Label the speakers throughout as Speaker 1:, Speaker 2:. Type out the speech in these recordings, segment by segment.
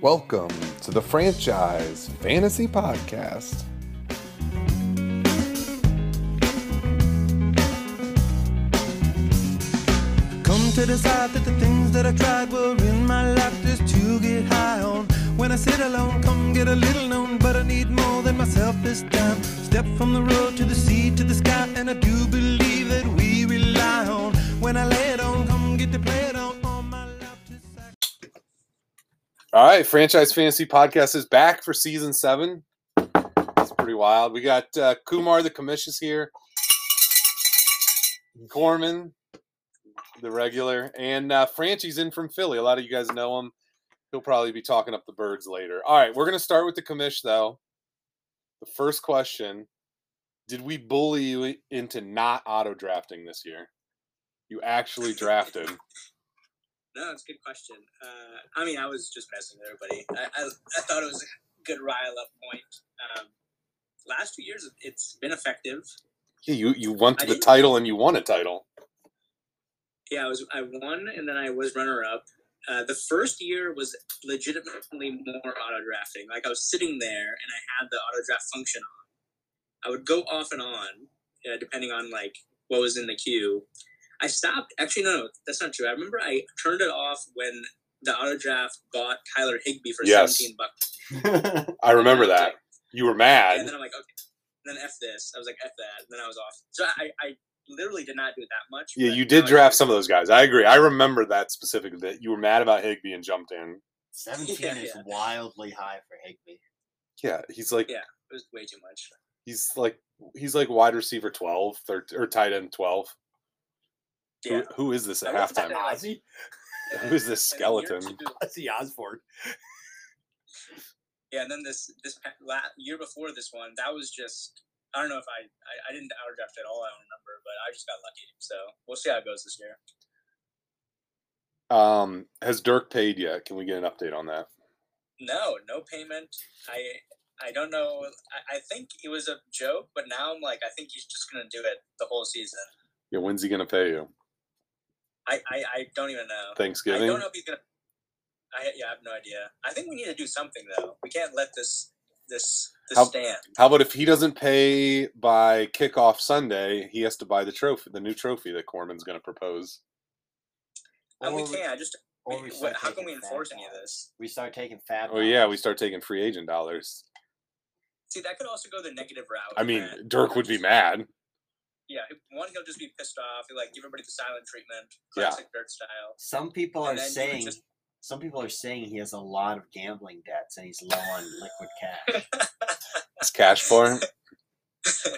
Speaker 1: Welcome to the Franchise Fantasy Podcast.
Speaker 2: Come to decide that the things that I tried were in my life just to get high on. When I sit alone, come get a little known, but I need more than myself this time. Step from the road to the sea to the sky, and I do believe that we rely on. When I lay it on, come get to play it on. all my life just like-
Speaker 1: All right, Franchise Fantasy Podcast is back for season seven. It's pretty wild. We got uh, Kumar the Commission's here, Gorman, the regular, and uh, Franchi's in from Philly. A lot of you guys know him. He'll probably be talking up the birds later. All right, we're going to start with the commish, though. The first question Did we bully you into not auto drafting this year? You actually drafted.
Speaker 3: No, it's a good question. Uh, I mean, I was just messing with everybody. I, I, I thought it was a good rile up point. Um, last two years, it's been effective.
Speaker 1: Yeah, you, you won to
Speaker 3: I
Speaker 1: the
Speaker 3: did.
Speaker 1: title and you won a title.
Speaker 3: Yeah, I was I won, and then I was runner up. Uh, the first year was legitimately more auto drafting. Like I was sitting there, and I had the auto draft function on. I would go off and on, uh, depending on like what was in the queue. I stopped. Actually, no, no, that's not true. I remember I turned it off when the auto draft bought Kyler Higbee for
Speaker 1: Yes.
Speaker 3: seventeen bucks.
Speaker 1: I remember that. You were mad.
Speaker 3: And then I'm like, okay. And then F this. I was like, F that. And then I was off. So I, I literally did not do it that much.
Speaker 1: Yeah,
Speaker 3: but
Speaker 1: you did
Speaker 3: now I-
Speaker 1: draft some of those guys. I agree. I remember that specifically that you were mad about Higby and jumped in.
Speaker 4: 17
Speaker 3: Yeah,
Speaker 4: is
Speaker 3: yeah.
Speaker 4: wildly high for Higby.
Speaker 1: Yeah, he's like
Speaker 3: Yeah. It was way too much.
Speaker 1: he's like he's like wide receiver 12 thir- or tight end 12. Who-
Speaker 3: Yeah.
Speaker 1: who is this at
Speaker 3: I was
Speaker 1: halftime?
Speaker 3: mad.
Speaker 4: Ozzy,
Speaker 1: Who is this
Speaker 3: And then year
Speaker 1: skeleton?
Speaker 3: two-
Speaker 4: Ozzy Osbourne.
Speaker 3: Yeah, and then this this pa- la- year before this one, that was just I don't know if I I, I didn't auto draft at all. I don't remember, but I just got lucky. So we'll see how it goes this year.
Speaker 1: Um has Dirk paid yet? Can we get an update on that?
Speaker 3: No, no payment. I I don't know. I, I think it was a joke, but now I'm like, I think he's just gonna do it the whole season.
Speaker 1: Yeah, when's he going to pay you?
Speaker 3: I I, I don't even know.
Speaker 1: Thanksgiving?
Speaker 3: I don't know if he's gonna. I yeah, I have no idea. I think we need to do something though. We can't let this this this
Speaker 1: How-
Speaker 3: stand.
Speaker 1: How about if he doesn't pay by kickoff Sunday, he has to buy the trophy, the new trophy that Corman's going to propose.
Speaker 3: And we
Speaker 4: Or we-
Speaker 3: can't. I just
Speaker 4: or
Speaker 3: we-
Speaker 4: we
Speaker 3: what,
Speaker 4: start
Speaker 3: how can
Speaker 4: taking
Speaker 3: we
Speaker 4: fat
Speaker 3: enforce any of
Speaker 4: dollars.
Speaker 3: this?
Speaker 4: We start taking fat.
Speaker 1: Oh yeah, we
Speaker 4: dollars.
Speaker 1: start taking free agent dollars.
Speaker 3: See, that could also go the negative route.
Speaker 1: I mean,
Speaker 3: Matt.
Speaker 1: Dirk would be mad.
Speaker 3: Yeah, if- one he'll just be pissed off. He'll like give everybody the silent treatment,
Speaker 1: Yeah.
Speaker 3: classic Dirk style.
Speaker 4: Some people
Speaker 3: And
Speaker 4: are
Speaker 3: then you would
Speaker 4: saying.
Speaker 3: just-
Speaker 4: Some people are saying he has a lot of gambling debts and he's low on liquid cash.
Speaker 1: It's cash for him.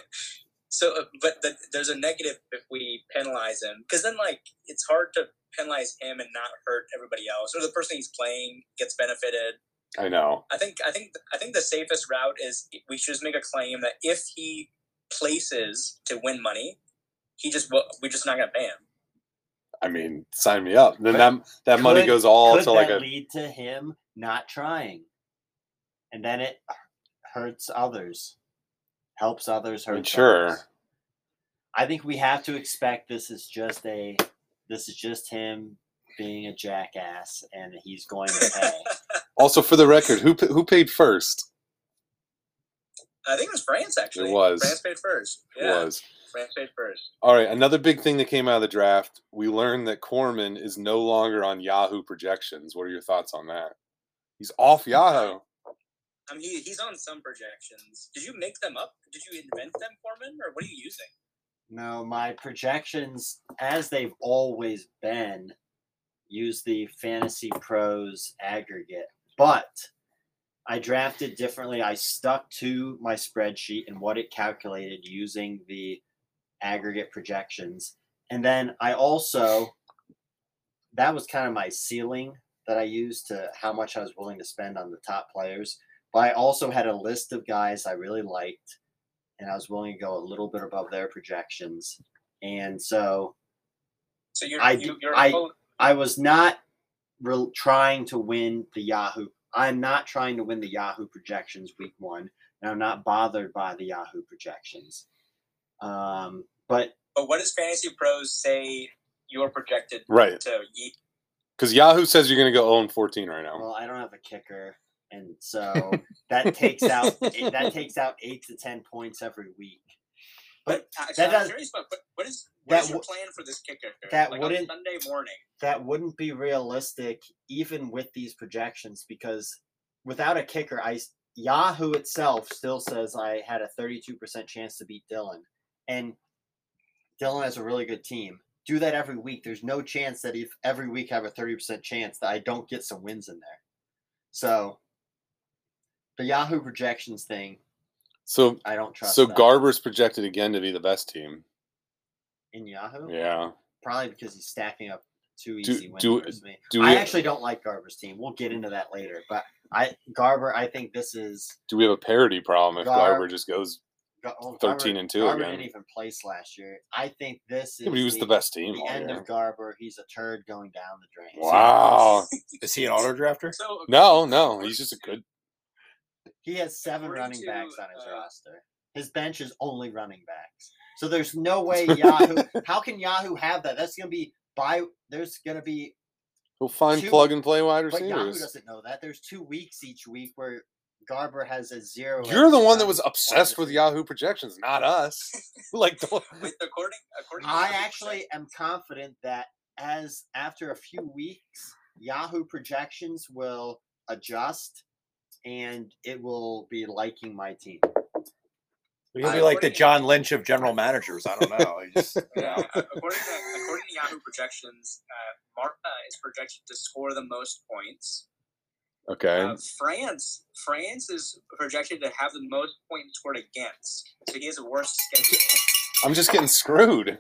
Speaker 3: So, uh, but the, there's a negative if we penalize him because then like it's hard to penalize him and not hurt everybody else, or the person he's playing gets benefited.
Speaker 1: I know.
Speaker 3: I think I think I think the safest route is we should just make a claim that if he places to win money, he just wo- we're just not gonna pay him.
Speaker 1: I mean, sign me up. Then
Speaker 4: But
Speaker 1: that that money
Speaker 4: could-
Speaker 1: goes all
Speaker 4: Could
Speaker 1: to like
Speaker 4: that
Speaker 1: a
Speaker 4: lead to him not trying? And then it hurts others, helps others,
Speaker 1: I mean,
Speaker 4: hurts.
Speaker 1: sure.
Speaker 4: others. I think we have to expect this is just a this is just him being a jackass and he's going to pay.
Speaker 1: Also, for the record, who pa- who paid first?
Speaker 3: I think it was France actually.
Speaker 1: was.
Speaker 3: France paid first.
Speaker 1: It
Speaker 3: Yeah,
Speaker 1: Was
Speaker 3: France paid first.
Speaker 1: all right. Another big thing that came out of the draft, we learned that Corman is no longer on Yahoo projections. What are your thoughts on that? He's off Yahoo.
Speaker 3: I mean, he, he's on some projections. Did you make them up? Did you invent them, Foreman, or what are you using?
Speaker 4: no, my projections, as they've always been, use the fantasy pros aggregate. But I drafted differently. I stuck to my spreadsheet and what it calculated using the aggregate projections. And then I also, that was kind of my ceiling that I used to how much I was willing to spend on the top players. But I also had a list of guys I really liked, and I was willing to go a little bit above their projections. And so
Speaker 3: So you're
Speaker 4: I
Speaker 3: you,
Speaker 4: d-
Speaker 3: you're oh,
Speaker 4: I-
Speaker 3: full-
Speaker 4: I was not re- trying to win the Yahoo. I'm not trying to win the Yahoo projections week one, and I'm not bothered by the Yahoo projections. Um, but
Speaker 3: but what does Fantasy Pros say you're projected
Speaker 1: Right.
Speaker 3: to? ye-
Speaker 1: Because Yahoo says you're going to go 0 and 14 right now.
Speaker 4: Well, I don't have a kicker, and so that takes out eight, that takes out eight to ten points every week. But
Speaker 3: Actually,
Speaker 4: that
Speaker 3: uh, I'm
Speaker 4: does-
Speaker 3: curious about what, what is
Speaker 4: that
Speaker 3: what is your
Speaker 4: wo-
Speaker 3: plan for this kicker?
Speaker 4: that
Speaker 3: like
Speaker 4: wouldn't-
Speaker 3: on Sunday morning.
Speaker 4: that wouldn't be realistic even with these projections because without a kicker, I s- Yahoo itself still says I had a 32% chance to beat Dylan, and Dylan has a really good team. Do that every week. There's no chance that if every week I have a 30% chance that I don't get some wins in there. So the Yahoo projections thing,
Speaker 1: So,
Speaker 4: I don't trust.
Speaker 1: so
Speaker 4: that.
Speaker 1: Garber's projected again to be the best team.
Speaker 4: in Yahoo,
Speaker 1: Yeah.
Speaker 4: probably because he's stacking up two
Speaker 1: Do-
Speaker 4: easy wins
Speaker 1: do-
Speaker 4: versus me.
Speaker 1: Do
Speaker 4: I
Speaker 1: we
Speaker 4: actually don't like Garber's team. We'll get into that later, but I Garber, I think this is
Speaker 1: do we have a parity problem if
Speaker 4: Gar-
Speaker 1: Garber just goes?
Speaker 4: Gar- well,
Speaker 1: 13 and two
Speaker 4: Garber
Speaker 1: again.
Speaker 4: oh, didn't even place last year. I think this is
Speaker 1: Yeah, but he was the best team
Speaker 4: the
Speaker 1: all
Speaker 4: end
Speaker 1: year.
Speaker 4: of Garber. He's a turd going down the drain. So
Speaker 1: Wow.
Speaker 5: Oh, Is he an auto drafter?
Speaker 3: So okay,
Speaker 1: No, no, he's just a good.
Speaker 4: he has seven
Speaker 3: According
Speaker 4: running
Speaker 3: to,
Speaker 4: backs on his
Speaker 3: uh,
Speaker 4: roster. His bench is only running backs. So there's no way Yahoo. how can Yahoo have that? That's gonna be by. There's gonna be
Speaker 1: He'll find
Speaker 4: Two-
Speaker 1: plug and play wide
Speaker 4: But Yahoo
Speaker 1: receivers.
Speaker 4: doesn't know that. There's two weeks each week where Garber has a zero.
Speaker 1: You're the
Speaker 4: as
Speaker 1: one that
Speaker 4: running
Speaker 1: was
Speaker 4: wide
Speaker 1: obsessed with
Speaker 4: receiver.
Speaker 1: Yahoo projections, not us. Like, don't-
Speaker 3: With according according. to
Speaker 4: I
Speaker 3: Yahoo,
Speaker 4: actually am confident that as after a few weeks, Yahoo projections will adjust, and it will be liking my team.
Speaker 5: He'll
Speaker 3: I-
Speaker 5: be like the
Speaker 3: uh, according-
Speaker 5: John Lynch of general managers. I don't know. I just, you
Speaker 3: Yeah,
Speaker 5: know.
Speaker 3: uh, according to according to Yahoo projections, uh, Marta is projected to score the most points.
Speaker 1: okay.
Speaker 3: Uh, France France is projected to have the most points scored against, so he has a worse schedule.
Speaker 1: I'm just getting screwed.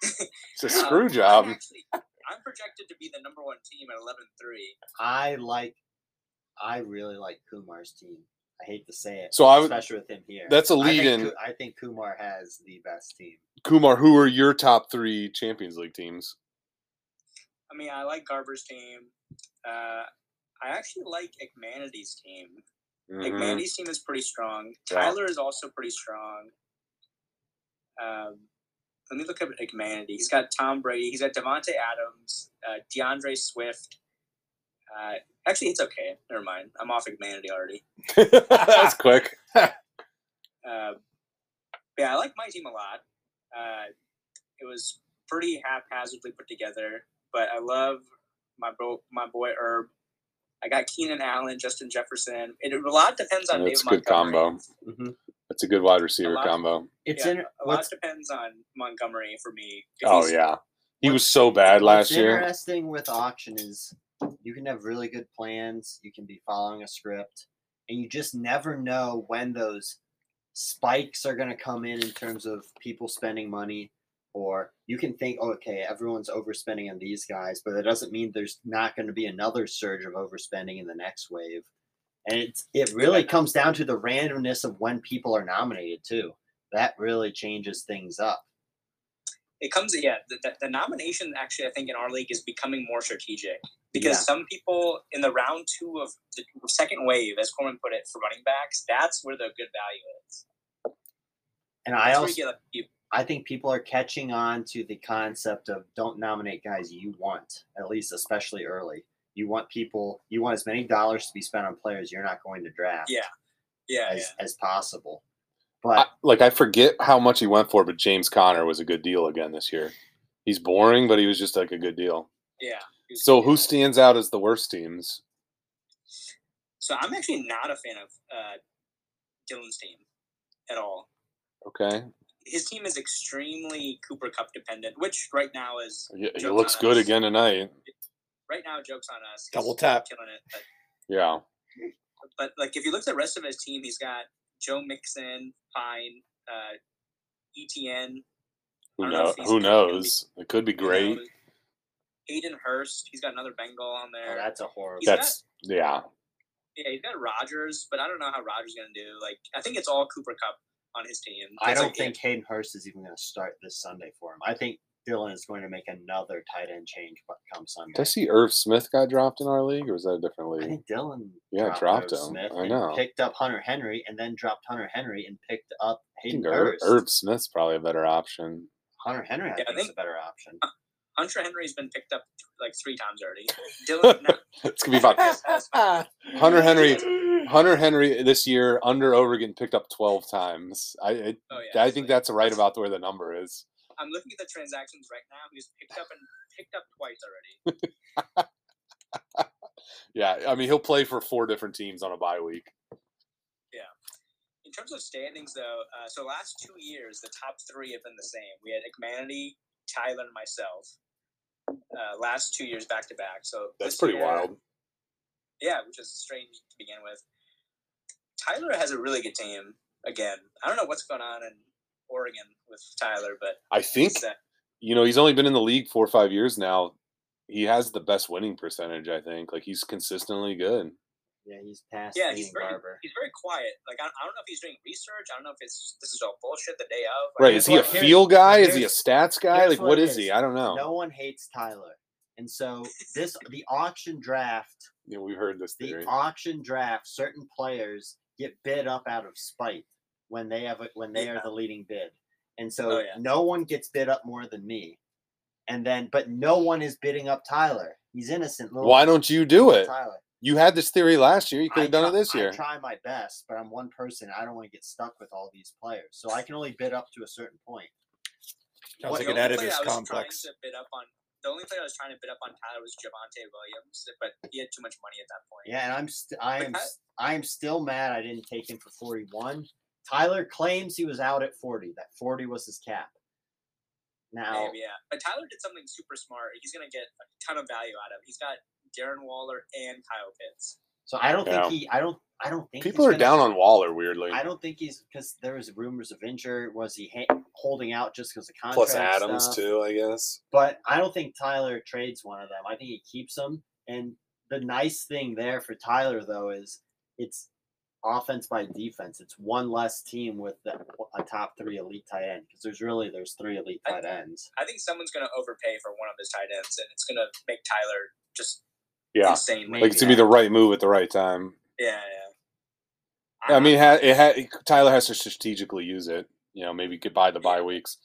Speaker 1: It's a
Speaker 3: Uh,
Speaker 1: screw
Speaker 3: I'm
Speaker 1: job.
Speaker 3: actually- I'm projected to be the number one team at 11-3.
Speaker 4: I like. I really like Kumar's team. I hate to say it,
Speaker 1: So I would.
Speaker 4: especially with him here.
Speaker 1: That's a
Speaker 4: I think
Speaker 1: lead in.
Speaker 4: Ku- I think Kumar has the best team.
Speaker 1: Kumar, who are your top three Champions League teams?
Speaker 3: I mean, I like Garber's team. Uh, I actually like Ickmanity's team.
Speaker 1: Mhm.
Speaker 3: McMandy's team is pretty strong.
Speaker 1: Mm-hmm, Yeah.
Speaker 3: Tyler is also pretty strong. Um, let me look up McMandy. He's got Tom Brady. He's got Devonte Adams, uh, DeAndre Swift. Uh, actually, it's okay. Never mind. I'm off McMandy already.
Speaker 1: that was quick.
Speaker 3: Uh, yeah, I like my team a lot. Uh, it was pretty haphazardly put together, but I love my bro, my boy Herb. I got Keenan Allen, Justin Jefferson. It a lot depends on.
Speaker 1: That's a
Speaker 3: David
Speaker 1: good
Speaker 3: Montgomery.
Speaker 1: combo. That's a good wide receiver
Speaker 3: lot.
Speaker 1: combo.
Speaker 4: It's
Speaker 3: Mm-hmm. Yeah,
Speaker 4: in
Speaker 3: a lot
Speaker 4: what's
Speaker 3: depends on Montgomery for me.
Speaker 1: Oh
Speaker 3: He's-
Speaker 1: yeah, he was so bad last
Speaker 4: What's
Speaker 1: year.
Speaker 4: interesting with auction is you can have really good plans, you can be following a script, and you just never know when those spikes are going to come in in terms of people spending money. Or you can think, "Oh, okay, everyone's overspending on these guys, but that doesn't mean there's not going to be another surge of overspending in the next wave. And it's, it really comes down to the randomness of when people are nominated, too. That really changes things up.
Speaker 3: It comes, yeah. The, the, the nomination actually, I think, in our league is becoming more strategic because
Speaker 4: Yeah.
Speaker 3: some people in the round two of the second wave, as Corman put it, for running backs, that's where the good value is.
Speaker 4: And I
Speaker 3: That's where
Speaker 4: also
Speaker 3: you get a- you-
Speaker 4: I think people are catching on to the concept of don't nominate guys you want, at least especially early. You want people, you want as many dollars to be spent on players you're not going to draft
Speaker 3: Yeah, yeah,
Speaker 4: as,
Speaker 3: yeah.
Speaker 4: as possible. But
Speaker 1: I, like I forget how much he went for, but James Conner was a good deal again this year. He's boring, but he was just like a good deal.
Speaker 3: yeah.
Speaker 1: So who stands out as the worst teams?
Speaker 3: So I'm actually not a fan of uh, Dylan's team at all.
Speaker 1: Okay,
Speaker 3: His team is extremely Cooper Cup dependent, which right now is
Speaker 1: he, he
Speaker 3: Joe
Speaker 1: looks good
Speaker 3: Thomas.
Speaker 1: again tonight.
Speaker 3: right now jokes on us. He's
Speaker 5: Double tap.
Speaker 3: killing it. But
Speaker 1: Yeah,
Speaker 3: but like if you look at the rest of his team, he's got Joe Mixon, Pine, uh, ETN. I
Speaker 1: who
Speaker 3: don't know
Speaker 1: know?
Speaker 3: if he's
Speaker 1: Who
Speaker 3: gonna- gonna be-
Speaker 1: knows? It could be
Speaker 3: you know,
Speaker 1: great.
Speaker 3: Hayden Hurst, he's got another Bengal on
Speaker 4: oh,
Speaker 3: there.
Speaker 4: that's a horrible.
Speaker 3: he's got-
Speaker 1: That's yeah.
Speaker 3: yeah, he's got Rogers, but I don't know how Rogers gonna do. Like I think it's all Cooper Cup on his team.
Speaker 4: I
Speaker 3: That's,
Speaker 4: don't
Speaker 3: like,
Speaker 4: think Hayden Hurst is even going to start this Sunday for him. I think Dylan is going to make another tight end change but come
Speaker 1: Did I
Speaker 4: Sunday.
Speaker 1: see Irv Smith got dropped in our league, or was that a different
Speaker 4: I
Speaker 1: league?
Speaker 4: think Dylan
Speaker 1: Yeah, dropped
Speaker 4: Irv
Speaker 1: him.
Speaker 4: Smith
Speaker 1: I
Speaker 4: and
Speaker 1: know.
Speaker 4: Picked up Hunter Henry and then dropped Hunter Henry and picked up
Speaker 1: I
Speaker 4: Hayden
Speaker 1: think Ir-
Speaker 4: Hurst.
Speaker 1: Irv Smith's probably a better option.
Speaker 4: Hunter Henry, I
Speaker 3: Yeah, I
Speaker 4: think, is
Speaker 3: think-
Speaker 4: a better option.
Speaker 3: Hunter Henry's been picked up like three times already. Dylan, no,
Speaker 1: It's gonna be fun. Hunter Henry, Hunter Henry this year under over getting picked up twelve times. I it,
Speaker 3: oh, yeah,
Speaker 1: I
Speaker 3: it's
Speaker 1: think
Speaker 3: like-
Speaker 1: that's right about where the number is.
Speaker 3: I'm looking at the transactions right now. He's picked up and picked up twice already.
Speaker 1: Yeah, I mean he'll play for four different teams on a bye week.
Speaker 3: In terms of standings, though, uh, so last two years, the top three have been the same. We had Ikmanity, Tyler, and myself. Uh, last two years back to back. So
Speaker 1: That's
Speaker 3: this
Speaker 1: pretty
Speaker 3: year-
Speaker 1: wild.
Speaker 3: Yeah, which is strange to begin with. Tyler has a really good team again. I don't know what's going on in Oregon with Tyler, but
Speaker 1: I think
Speaker 3: it's, uh,
Speaker 1: you know he's only been in the league four or five years now. He has the best winning percentage. I think like he's consistently good.
Speaker 4: Yeah, he's past
Speaker 3: Yeah,
Speaker 4: being
Speaker 3: he's very-
Speaker 4: Barber.
Speaker 3: he's very quiet. Like I, I don't know if he's doing research. I don't know if it's just- this is all bullshit the day of. Like,
Speaker 1: Right? Is he a
Speaker 4: Well, here's-
Speaker 1: feel guy? Is he a
Speaker 4: here's-
Speaker 1: stats guy?
Speaker 4: here's
Speaker 1: Like
Speaker 4: what
Speaker 1: what
Speaker 4: it
Speaker 1: is he?
Speaker 4: is.
Speaker 1: I don't know.
Speaker 3: Oh.
Speaker 4: No one hates Tyler. And so this the auction draft,
Speaker 1: Yeah, we've heard this
Speaker 4: the
Speaker 1: theory.
Speaker 4: auction draft, certain players get bid up out of spite when they have a, when they are
Speaker 3: Yeah.
Speaker 4: the leading bid. And so
Speaker 3: Oh, yeah.
Speaker 4: no one gets bid up more than me. And then but no one is bidding up Tyler. He's innocent. Little
Speaker 1: Why don't you do
Speaker 4: little
Speaker 1: it?
Speaker 4: Tyler.
Speaker 1: You had this theory last year. You could
Speaker 4: I
Speaker 1: have done it
Speaker 4: try-
Speaker 1: this year.
Speaker 4: I try my best, but I'm one person. I don't want to get stuck with all these players. So I can only bid up to a certain point.
Speaker 5: Sounds
Speaker 4: What-
Speaker 5: like
Speaker 3: The
Speaker 5: an
Speaker 3: only
Speaker 5: Oedipus
Speaker 3: player I was
Speaker 5: complex.
Speaker 3: Trying to bid up on, the only player I was trying to bid up on Tyler was Javante Williams, but he had too much money at that point.
Speaker 4: Yeah, and I'm st- I
Speaker 3: But
Speaker 4: am
Speaker 3: Ty-
Speaker 4: s- I am still mad I didn't take him for 41. Tyler claims he was out at 40. That 40 was his cap. Now,
Speaker 3: Maybe, yeah. But Tyler did something super smart. He's going to get a ton of value out of it. He's got Darren Waller and Kyle Pitts.
Speaker 4: so I don't
Speaker 1: Yeah.
Speaker 4: think he. I don't. I don't think he's
Speaker 1: People are
Speaker 4: gonna-
Speaker 1: down on Waller weirdly.
Speaker 4: I don't think he's because there was rumors of injury. Was he ha- holding out just because of contract?
Speaker 1: Plus Adams
Speaker 4: stuff?
Speaker 1: too, I guess.
Speaker 4: But I don't think Tyler trades one of them. I think he keeps them. And the nice thing there for Tyler though is it's offense by defense. It's one less team with the, a top three elite tight end because there's really there's three elite tight ends.
Speaker 3: I think someone's going to overpay for one of his tight ends, and it's going to make Tyler just
Speaker 1: Yeah,
Speaker 3: insanely.
Speaker 1: like it's gonna be the right move at the right time.
Speaker 3: yeah, yeah.
Speaker 1: I mean, ha- it ha- Tyler has to strategically use it. You know, maybe goodbye the bye weeks.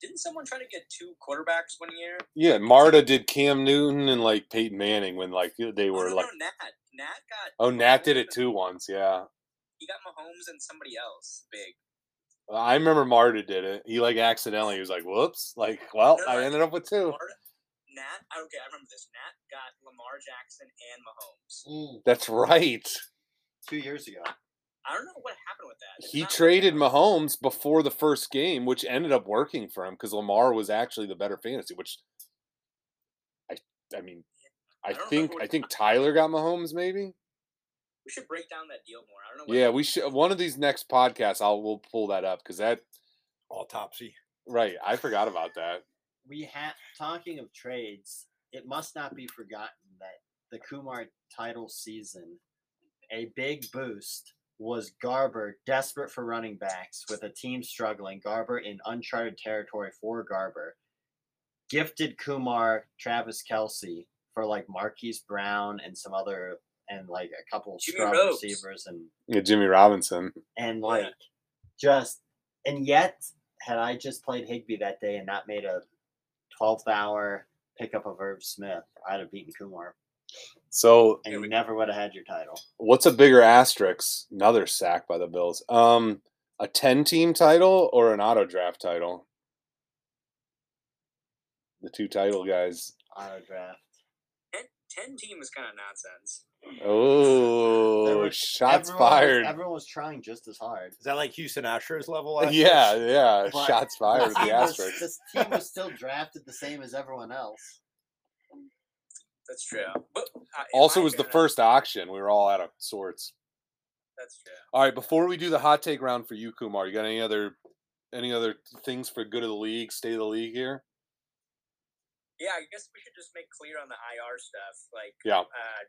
Speaker 3: didn't someone try to get two quarterbacks one year?
Speaker 1: Yeah, Marta did Cam Newton and like Peyton Manning when like they
Speaker 3: Oh,
Speaker 1: were
Speaker 3: no,
Speaker 1: like,
Speaker 3: no, Nat. Nat got.
Speaker 1: oh, Nat did it too once. Yeah,
Speaker 3: He got Mahomes and somebody else big.
Speaker 1: I remember Marta did it. He like accidentally he was like, whoops, like, well,
Speaker 3: No, no,
Speaker 1: I
Speaker 3: I
Speaker 1: ended up with two.
Speaker 3: Lamar- Nat, oh, okay, I remember this. Nat got Lamar Jackson and Mahomes.
Speaker 1: That's right.
Speaker 4: Two years ago,
Speaker 3: I don't know what happened with that. It's
Speaker 1: He
Speaker 3: not-
Speaker 1: traded Mahomes before the first game, which ended up working for him because Lamar was actually the better fantasy. Which I, I mean, I
Speaker 3: I don't
Speaker 1: think
Speaker 3: remember
Speaker 1: I
Speaker 3: what-
Speaker 1: think Tyler got Mahomes maybe.
Speaker 3: We should break down that deal more. I don't know.
Speaker 1: Yeah, we should. One of these next podcasts, I'll we'll pull that up because that
Speaker 5: Autopsy.
Speaker 1: right. I forgot about that.
Speaker 4: we have talking of trades. It must not be forgotten that the Kumar title season, a big boost was Garber desperate for running backs with a team struggling. Garber in uncharted territory for Garber. Gifted Kumar Travis Kelsey for like Marquise Brown and some other and like a couple
Speaker 3: Jimmy
Speaker 4: scrub
Speaker 3: Rhodes.
Speaker 4: receivers and
Speaker 1: Yeah, Jimmy Robinson.
Speaker 4: and
Speaker 3: Yeah.
Speaker 4: like just and yet had I just played Higby that day and not made a twelfth hour pickup of Herb Smith, I'd have beaten Kumar
Speaker 1: So,
Speaker 4: and
Speaker 3: Here
Speaker 4: you
Speaker 3: we
Speaker 4: never would have had your title.
Speaker 1: what's a bigger asterisk? Another sack by the Bills. Um, a ten-team title or an auto draft title? The two title guys.
Speaker 4: Auto draft.
Speaker 3: Ten, ten team is kind of nonsense.
Speaker 4: There
Speaker 1: Oh,
Speaker 4: was-
Speaker 1: shots
Speaker 4: everyone was-
Speaker 1: fired.
Speaker 4: everyone was trying just as hard.
Speaker 5: Is that like Houston Astros level? last year?
Speaker 1: yeah, yeah.
Speaker 4: But
Speaker 1: Shots fired. with The
Speaker 4: team was-
Speaker 1: asterisk.
Speaker 4: This team was still drafted the same as everyone else.
Speaker 3: That's true. But uh, in
Speaker 1: Also,
Speaker 3: my
Speaker 1: was the
Speaker 3: opinion,
Speaker 1: first auction. We were all out of sorts.
Speaker 3: That's true.
Speaker 1: All right, before we do the hot take round for you, Kumar, you got any other any other things for good of the league, state of the league here?
Speaker 3: Yeah, I guess we should just make clear on the IR stuff. Like,
Speaker 1: Yeah.
Speaker 3: uh,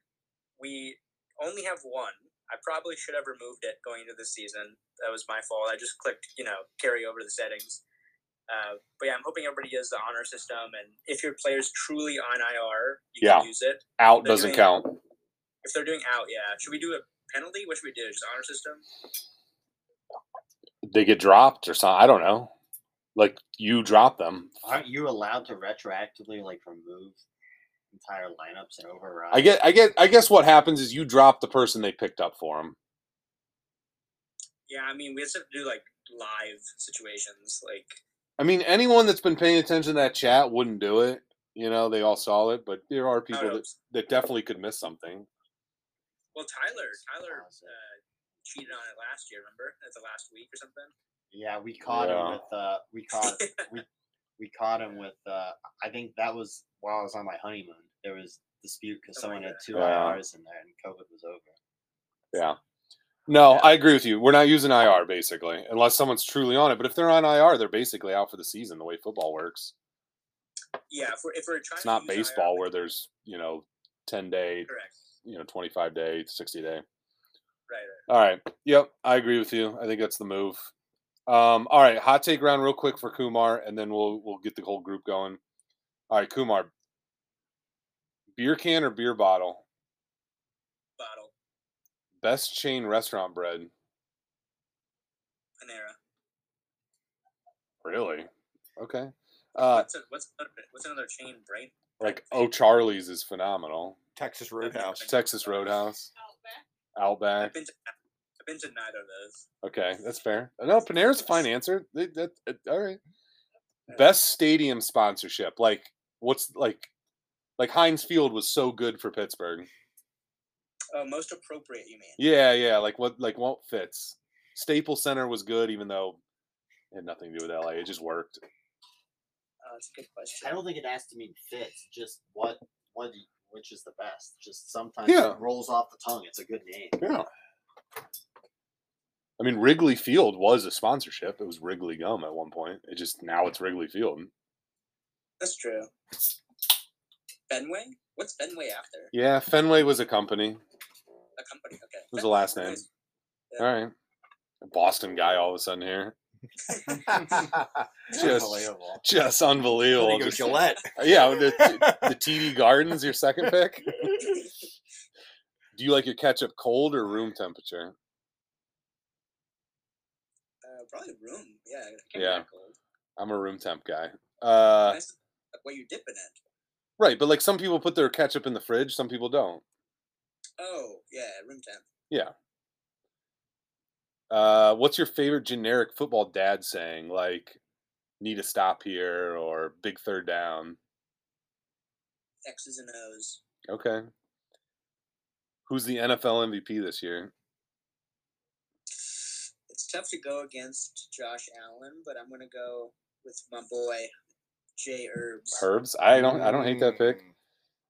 Speaker 3: we only have one. I probably should have removed it going into the season. That was my fault. I just clicked, you know, carry over the settings. Uh, but yeah, I'm hoping everybody does the honor system. And if your player's truly on IR, you
Speaker 1: Yeah.
Speaker 3: can use it.
Speaker 1: Out
Speaker 3: They're
Speaker 1: doesn't
Speaker 3: doing-
Speaker 1: count.
Speaker 3: If they're doing out, yeah. Should we do a penalty? What should we do? Just honor system?
Speaker 1: They get dropped or something. I don't know. Like you drop them.
Speaker 4: Aren't you allowed to retroactively like remove entire lineups and override?
Speaker 1: I get I get I guess what happens is you drop the person they picked up for them.
Speaker 3: Yeah, I mean, we just have to do like live situations. Like,
Speaker 1: I mean, anyone that's been paying attention to that chat wouldn't do it. You know, they all saw it, but there are people that, that definitely could miss something.
Speaker 3: well, Tyler, Tyler uh, cheated on it last year. Remember at the last week or something.
Speaker 4: Yeah, we caught
Speaker 1: Yeah.
Speaker 4: him with uh we caught we we caught him with uh I think that was while I was on my honeymoon. There was dispute because
Speaker 3: Oh my
Speaker 4: someone had
Speaker 3: God.
Speaker 4: two
Speaker 1: Yeah.
Speaker 4: IRs in there and COVID was over.
Speaker 1: No,
Speaker 4: Yeah.
Speaker 1: I agree with you. We're not using IR basically, unless someone's truly on it. But if they're on IR, they're basically out for the season. The way football works,
Speaker 3: Yeah, if we're, if we're trying.
Speaker 1: it's
Speaker 3: to
Speaker 1: not
Speaker 3: use IR,
Speaker 1: baseball where there's you know ten day,
Speaker 3: Correct.
Speaker 1: you know twenty five day, sixty day.
Speaker 3: Right. right.
Speaker 1: All right. Yep, I agree with you. I think that's the move. Um, all right, hot take round real quick for Kumar, and then we'll we'll get the whole group going. All right, Kumar. Beer can or beer bottle?
Speaker 3: Bottle
Speaker 1: Best chain restaurant bread.
Speaker 3: Panera.
Speaker 1: Really? Okay. Uh,
Speaker 3: what's, a, what's another what's another chain? Brain.
Speaker 1: like O'Charlie's is phenomenal.
Speaker 5: Texas Roadhouse.
Speaker 1: Texas Roadhouse,
Speaker 3: I've
Speaker 1: Outback.
Speaker 3: been to I've been to neither of those.
Speaker 1: Okay, that's fair. No, Panera's a fine answer. They- that- that- all right. Best stadium sponsorship. Like what's like like Heinz Field was so good for Pittsburgh.
Speaker 3: Oh, most appropriate, you mean?
Speaker 1: Yeah, yeah. Like what like what fits. Staples Center was good even though it had nothing to do with LA. It just worked.
Speaker 3: Oh, that's a good
Speaker 4: I
Speaker 3: question.
Speaker 4: don't think it has to mean fits, just what what do you- which is the best. Just sometimes
Speaker 1: Yeah.
Speaker 4: it rolls off the tongue. It's a good name.
Speaker 1: Yeah. I mean Wrigley Field was a sponsorship. It was Wrigley Gum at one point. It just now it's Wrigley Field.
Speaker 3: That's true. Benway? What's Benway after?
Speaker 1: Yeah, Fenway was a company.
Speaker 3: A company. Okay.
Speaker 1: What was the last name?
Speaker 3: Benway's-
Speaker 1: All right. Boston guy all of a sudden here. Just-
Speaker 4: Unbelievable.
Speaker 1: Just unbelievable.
Speaker 5: There you go,
Speaker 1: Just-
Speaker 5: Gillette.
Speaker 1: yeah, the, the TD Gardens, your second pick.
Speaker 3: Uh,
Speaker 1: Do you like your ketchup cold or room temperature?
Speaker 3: Uh, probably room. Yeah. it can't be
Speaker 1: Yeah.
Speaker 3: that cold.
Speaker 1: I'm a room temp guy. Uh,
Speaker 3: Nice, like, what you dipping it?
Speaker 1: right, but like some people put their ketchup in the fridge, some people don't.
Speaker 3: Oh, yeah, room temp.
Speaker 1: Uh, what's your favorite generic football dad saying? Like, need to stop here or big third down?
Speaker 3: X's and O's.
Speaker 1: Okay. Who's the NFL MVP this year?
Speaker 3: It's tough to go against Josh Allen, but I'm gonna go with my boy Jay Herbs.
Speaker 1: Herbs. I don't. I don't hate that pick.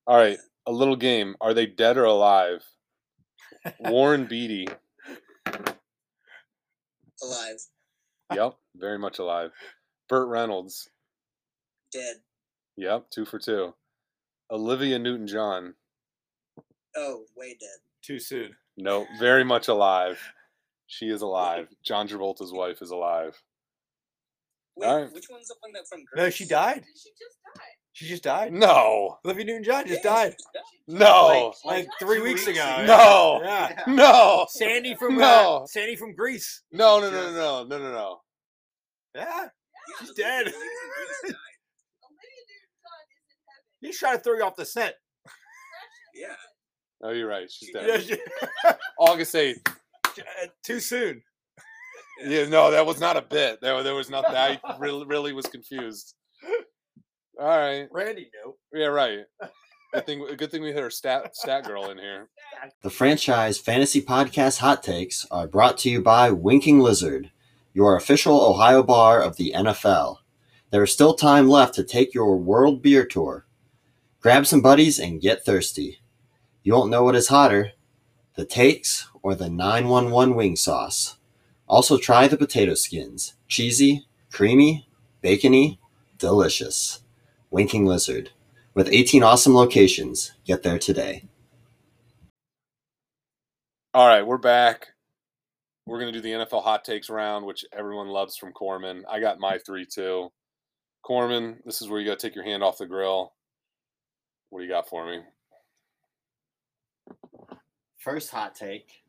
Speaker 1: All right, a little game. Are they dead or alive? Warren Beatty.
Speaker 3: Alive,
Speaker 1: Yep, very much alive. Burt Reynolds.
Speaker 3: dead.
Speaker 1: Yep, two for two. Olivia Newton John.
Speaker 3: Oh, way dead.
Speaker 5: Too soon.
Speaker 1: No, very much alive. She is alive. John Travolta's wife is alive.
Speaker 3: Wait,
Speaker 1: Alright.
Speaker 3: which one's the one that from?
Speaker 5: No, she
Speaker 3: Greece?
Speaker 5: died.
Speaker 6: She just died.
Speaker 5: She just died.
Speaker 1: No,
Speaker 5: Olivia Newton John just
Speaker 3: Yeah,
Speaker 5: died.
Speaker 3: she died.
Speaker 1: no,
Speaker 4: Like-
Speaker 5: Like,
Speaker 4: like
Speaker 5: three
Speaker 4: two
Speaker 5: weeks,
Speaker 4: weeks
Speaker 5: ago.
Speaker 4: ago.
Speaker 5: yeah.
Speaker 1: No.
Speaker 5: Yeah.
Speaker 1: no,
Speaker 5: Sandy from uh,
Speaker 1: No.
Speaker 5: Sandy from Greece.
Speaker 1: no, no, no, no, no, no, no.
Speaker 5: Yeah.
Speaker 3: Yeah,
Speaker 5: She's
Speaker 3: the
Speaker 5: dead.
Speaker 3: lady from Greece died.
Speaker 6: Olivia Newton-John is in heaven.
Speaker 5: He's trying to throw you off the scent.
Speaker 6: Fresh in
Speaker 3: Yeah.
Speaker 6: heaven.
Speaker 1: Oh, you're right. She's
Speaker 5: Yeah,
Speaker 1: dead.
Speaker 5: she-
Speaker 1: August eighth.
Speaker 5: uh, Too soon.
Speaker 1: Yeah, no, that was not a bit. There, there was nothing. I really, really was confused. All right.
Speaker 5: Randy knew.
Speaker 1: Yeah, right. Good thing, good thing we hit our stat stat girl in here.
Speaker 4: The franchise fantasy podcast hot takes are brought to you by Winking Lizard, your official Ohio bar of the NFL. There is still time left to take your world beer tour. Grab some buddies and get thirsty. You won't know what is hotter, the takes or the 911 wing sauce. Also try the potato skins, cheesy, creamy, bacony, delicious. Winking Lizard, with 18 awesome locations, get there today.
Speaker 1: All right, we're back. We're gonna do the NFL hot takes round, which everyone loves from Corman. I got my three too. Corman, this is where you gotta take your hand off the grill. What do you got for me?
Speaker 4: first hot take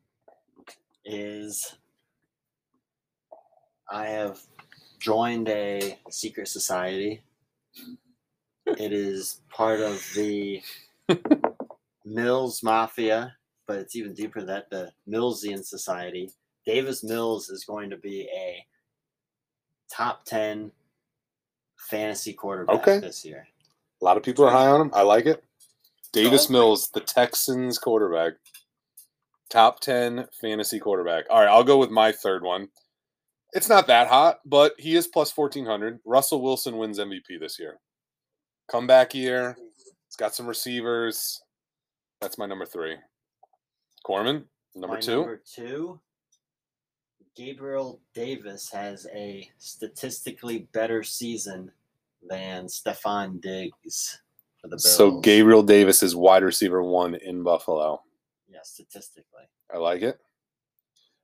Speaker 4: is I have
Speaker 7: joined a secret society. It is part of the Mills Mafia, but it's even deeper than that the Millsian Society. Davis Mills is going to be a top 10 fantasy quarterback
Speaker 1: Okay.
Speaker 7: this year.
Speaker 1: A lot of people are high on him. I like it. Davis
Speaker 3: Dolphins.
Speaker 1: Mills, the Texans quarterback, top 10 fantasy quarterback. All right, I'll go with my third one. It's not that hot, but he is plus 1400. Russell Wilson wins MVP this year. Comeback year. It's got some receivers. That's my number three. Corman, number
Speaker 7: My
Speaker 1: two.
Speaker 7: Number two. Gabriel Davis has a statistically better season than Stefan Diggs for the Bills.
Speaker 1: so Gabriel Davis is wide receiver one in Buffalo.
Speaker 7: Yeah, statistically.
Speaker 1: I like it.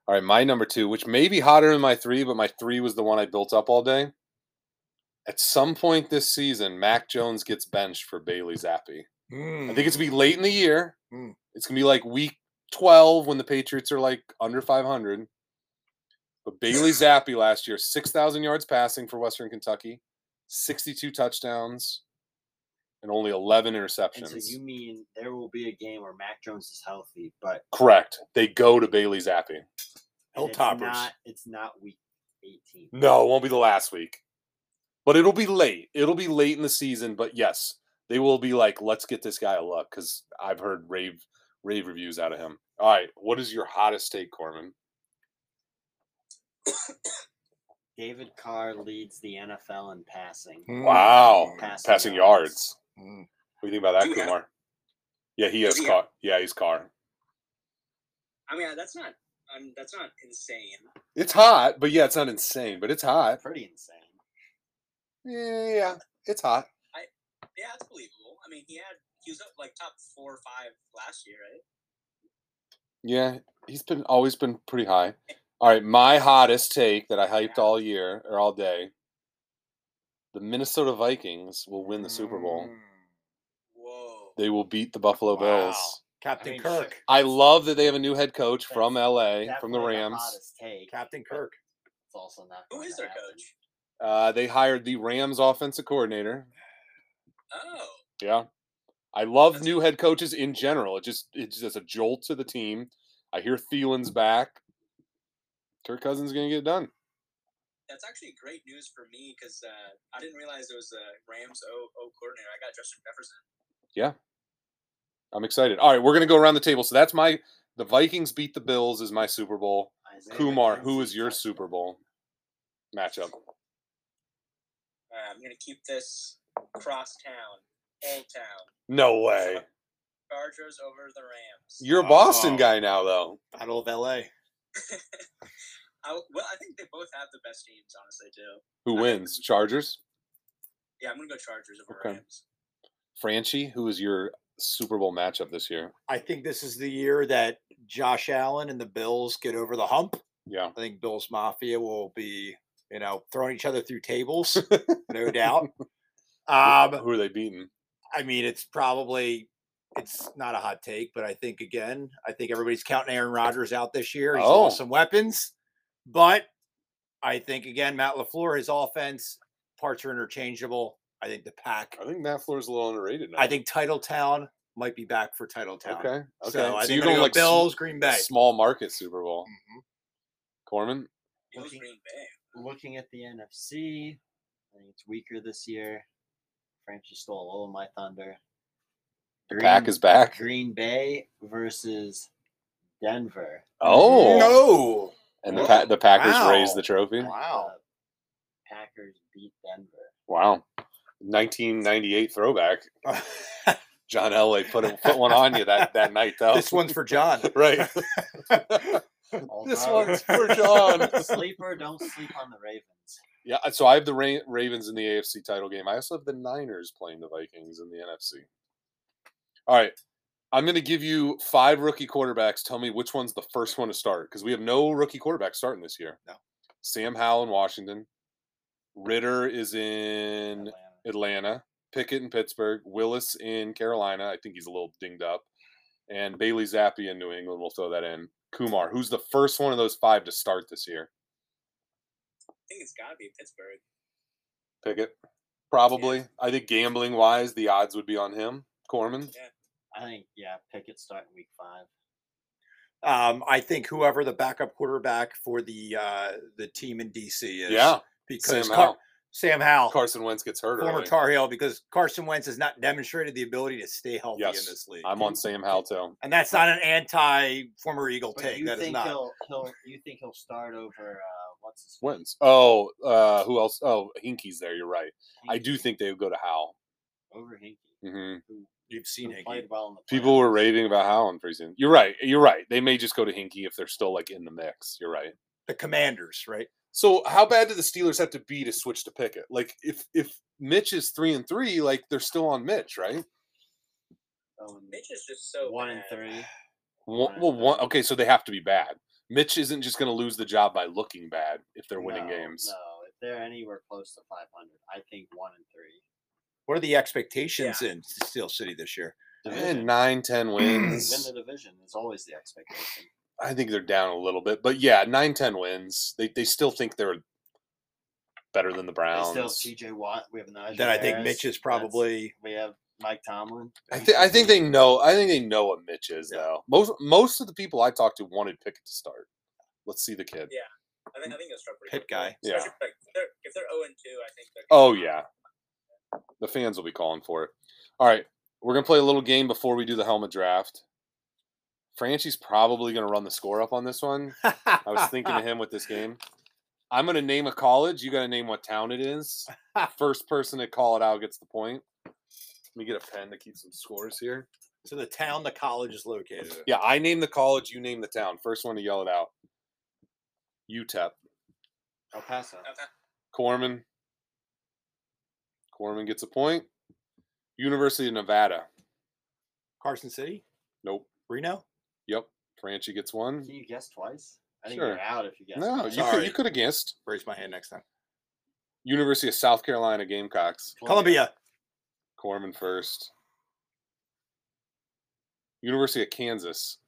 Speaker 1: All right, my number two, which may be hotter than my three, but my three was the one I built up all day. At some point this season, Mac Jones gets benched for Bailey Zappi. I think it's gonna be
Speaker 7: Hmm.
Speaker 1: late in the year.
Speaker 5: Mm.
Speaker 1: It's gonna be like week twelve when the Patriots are like under five hundred. But Bailey Zappi last year, six thousand yards passing for Western Kentucky, sixty-two touchdowns, and only eleven
Speaker 7: And
Speaker 1: interceptions.
Speaker 7: so you mean there will be a game where Mac Jones is healthy, but
Speaker 1: Correct. They go to Bailey Zappi.
Speaker 7: and
Speaker 5: Hell
Speaker 7: it's
Speaker 5: toppers.
Speaker 7: not it's not week eighteen.
Speaker 3: Hmm.
Speaker 1: No, it won't be the last week. But it'll be late. It'll be late in the season. But yes, they will be like, let's get this guy a look because I've heard rave rave reviews out of him. All right, what is your hottest take, Corman?
Speaker 7: David Carr leads the NFL in passing.
Speaker 1: Hmm.
Speaker 5: Mm.
Speaker 1: Wow,
Speaker 7: Passing
Speaker 1: passing yards.
Speaker 7: yards.
Speaker 5: Mm.
Speaker 1: What do you think about that,
Speaker 3: Do we have-
Speaker 1: Kumar? Yeah, he has
Speaker 3: we
Speaker 1: car. Yeah, he's car.
Speaker 3: I mean, that's not um, that's not insane.
Speaker 1: It's hot, but yeah, it's not insane, but it's hot.
Speaker 7: Pretty insane.
Speaker 1: Yeah, yeah, it's hot.
Speaker 3: Yeah, it's believable. I mean, he had he was up like top four or five last year, right?
Speaker 1: Yeah, he's been always been pretty high. All right, my hottest take that I hyped all year or all day. The Minnesota Vikings will win the Super
Speaker 3: Hmm.
Speaker 1: Bowl.
Speaker 5: Mm.
Speaker 3: Whoa.
Speaker 1: They will beat the Buffalo Bills.
Speaker 5: Wow. Captain
Speaker 7: I mean,
Speaker 5: Kirk.
Speaker 1: I love that they have a new head coach from
Speaker 7: That's
Speaker 1: LA, from the
Speaker 7: Definitely
Speaker 1: Rams.
Speaker 7: hottest take.
Speaker 5: Captain Kirk.
Speaker 7: It's also not
Speaker 3: Who
Speaker 7: going
Speaker 3: is
Speaker 7: to
Speaker 3: their
Speaker 7: happen.
Speaker 3: coach?
Speaker 1: Uh, they hired the Rams offensive coordinator.
Speaker 3: Oh,
Speaker 1: Yeah. I love
Speaker 3: That's-
Speaker 1: new head coaches in general. It just it's just a jolt to the team. I hear Thielen's back. Kirk Cousins is gonna get it done.
Speaker 3: that's actually great news for me because uh, I didn't realize it was the Rams O O coordinator. I got Justin Jefferson.
Speaker 1: I'm excited. All right, we're gonna go around the table. So that's my the Vikings beat the Bills is my Super Bowl.
Speaker 7: Isaiah
Speaker 1: Kumar, who
Speaker 7: McKenzie
Speaker 1: is your
Speaker 7: touchdown.
Speaker 1: Super Bowl matchup?
Speaker 3: Uh, I'm gonna keep this crosstown, old town,
Speaker 1: No way.
Speaker 3: Chargers over the Rams.
Speaker 1: You're a Boston
Speaker 5: Oh.
Speaker 1: guy now, though.
Speaker 5: Battle of LA.
Speaker 3: I, well, I think they both have the best teams, honestly, too.
Speaker 1: Who
Speaker 3: I-
Speaker 1: wins? Chargers.
Speaker 3: Yeah, I'm gonna go Chargers over
Speaker 1: Okay.
Speaker 3: Rams.
Speaker 1: Franchi, who is your Super Bowl matchup this year?
Speaker 5: I think this is the year that Josh Allen and the Bills get over the hump.
Speaker 1: Yeah,
Speaker 5: I think Bills Mafia will be, you know, throwing each other through tables, no doubt. Um,
Speaker 1: who are they beating?
Speaker 5: I mean, it's probably it's not a hot take, but I think again, I think everybody's counting Aaron Rodgers out this year. He's
Speaker 1: Oh.
Speaker 5: lost some weapons, but I think again, Matt Lafleur, his offense parts are interchangeable. I think the pack.
Speaker 1: I think Matt Fleur is a little underrated. Now.
Speaker 5: I think Titletown might be back for Titletown.
Speaker 1: Okay. Okay.
Speaker 5: So, I
Speaker 1: So
Speaker 5: think
Speaker 1: you're
Speaker 5: you're going
Speaker 1: going like sm-
Speaker 5: Bills, Green Bay.
Speaker 1: small market Super Bowl.
Speaker 5: Mhm.
Speaker 1: Corman.
Speaker 3: Bills
Speaker 7: Okay.
Speaker 3: Green Bay.
Speaker 7: looking at the NFC, I think it's weaker this year. Franchi stole all of my thunder.
Speaker 1: The pack is back.
Speaker 7: Green Bay versus Denver.
Speaker 1: Oh,
Speaker 5: no!
Speaker 1: and the pa- the Packers raise
Speaker 5: Wow.
Speaker 1: the trophy.
Speaker 5: Wow.
Speaker 7: Uh, Packers beat Denver.
Speaker 1: Wow. 1998 throwback. John Elway put it, put one on you that, that night though.
Speaker 5: this one's for John.
Speaker 1: right. This
Speaker 7: Although,
Speaker 1: one's for John.
Speaker 7: Sleeper, don't sleep on the Ravens.
Speaker 1: Yeah, uh, so I have the Ra- Ravens in the AFC title game. I also have the Niners playing the Vikings in the NFC. All right. I'm going to give you five rookie quarterbacks. Tell me which one's the first one to start because we have no rookie quarterback starting this year.
Speaker 5: No.
Speaker 1: Sam Howell in Washington. Ritter is in
Speaker 7: Atlanta.
Speaker 1: Atlanta, Pickett in Pittsburgh, Willis in Carolina. I think he's a little dinged up. And Bailey Zappi in New England. We'll throw that in. Kumar, who's the first one of those five to start this year?
Speaker 3: think it's got to be Pittsburgh.
Speaker 1: Pickett. Probably. I think gambling wise, the odds would be on him. Corman.
Speaker 4: I think yeah, Pickett starting week five.
Speaker 5: Um, I think whoever the backup quarterback for the uh, the team in DC is.
Speaker 1: Yeah.
Speaker 5: because
Speaker 1: Sam
Speaker 5: Car-
Speaker 1: Howell.
Speaker 5: Sam Howell,
Speaker 1: Carson Wentz gets hurt.
Speaker 5: former
Speaker 1: early.
Speaker 5: Tar Heel, because Carson Wentz has not demonstrated the ability to stay healthy
Speaker 1: Yes,
Speaker 5: in this league.
Speaker 1: I'm on Sam Howell too.
Speaker 5: and that's not an anti former Eagle
Speaker 4: But
Speaker 5: take.
Speaker 4: you
Speaker 5: That is
Speaker 4: think uh,
Speaker 5: not.
Speaker 4: he'll he'll you think he'll start over uh, what's his
Speaker 1: Wentz. Oh, uh, who else? Oh, Hinky's there. You're right. I
Speaker 4: Hinkie
Speaker 1: do think they would go to Howell.
Speaker 4: over Hinkie.
Speaker 1: hmm
Speaker 5: You've
Speaker 4: who
Speaker 5: seen
Speaker 4: played
Speaker 5: Higgy.
Speaker 4: well in the
Speaker 1: People were
Speaker 4: playoffs.
Speaker 1: raving about Howell in preseason. You're right. You're right. They may just go to Hinky if they're still like in the mix. You're right.
Speaker 5: the Commanders, right?
Speaker 1: So how bad do the Steelers have to be to switch to Pickett? Like if if Mitch is three and three, like they're still on Mitch, right?
Speaker 4: Oh, and
Speaker 3: Mitch is just so
Speaker 4: one
Speaker 3: bad.
Speaker 4: and three.
Speaker 1: One,
Speaker 4: Right.
Speaker 1: well, one, okay, so they have to be bad. Mitch isn't just going to lose the job by looking bad if they're winning
Speaker 4: No,
Speaker 1: games.
Speaker 4: No, if they're anywhere close to five hundred, I think one and three.
Speaker 5: What are the expectations in Steel City this year?
Speaker 1: And
Speaker 4: Division.
Speaker 1: Eh, nine, ten
Speaker 4: Win
Speaker 1: wins.
Speaker 4: the division is always the expectation.
Speaker 1: I think they're down a little bit, but yeah, nine, ten wins. They they still think they're better than the
Speaker 4: They
Speaker 1: Browns.
Speaker 4: still have T.J. Watt. We have Najee.
Speaker 5: Then I think
Speaker 4: Harris,
Speaker 5: Mitch is
Speaker 4: that's-
Speaker 5: probably
Speaker 4: We have Mike Tomlin.
Speaker 1: I, th- I think they know. I think they know what Mitch is though. Most most of the people I talked to wanted Pickett to start. Let's see the kid.
Speaker 3: Yeah. I think I think they'll start pretty
Speaker 5: Pit
Speaker 3: quickly.
Speaker 5: guy.
Speaker 1: Yeah.
Speaker 3: Especially If they're, if they're zero and two, I think. They're
Speaker 1: Oh yeah, the fans will be calling for it. All right, we're gonna play a little game before we do the helmet draft. Franchi's probably gonna run the score up on this one.
Speaker 5: I
Speaker 1: I was thinking of him with this game. I'm gonna name a college. You gotta name what town it is. First person to call it out gets the point. Let me get a pen to keep some scores here.
Speaker 5: So the town the college is located. in.
Speaker 1: Yeah, I name the college. You name the town. First one to yell it out. UTEP.
Speaker 4: El Paso.
Speaker 1: Corman. Corman gets a point. University of Nevada.
Speaker 5: Carson City,
Speaker 1: Nope.
Speaker 5: Reno.
Speaker 1: Yep. Franchi gets one.
Speaker 4: Can you guess twice? I think
Speaker 1: Sure.
Speaker 4: you're out if you guess.
Speaker 1: no,
Speaker 4: twice.
Speaker 1: you could,
Speaker 5: Sorry.
Speaker 1: you could have guessed.
Speaker 5: Raise my hand next time.
Speaker 1: University of South Carolina Gamecocks.
Speaker 5: Columbia,
Speaker 1: Corman first. University of Kansas.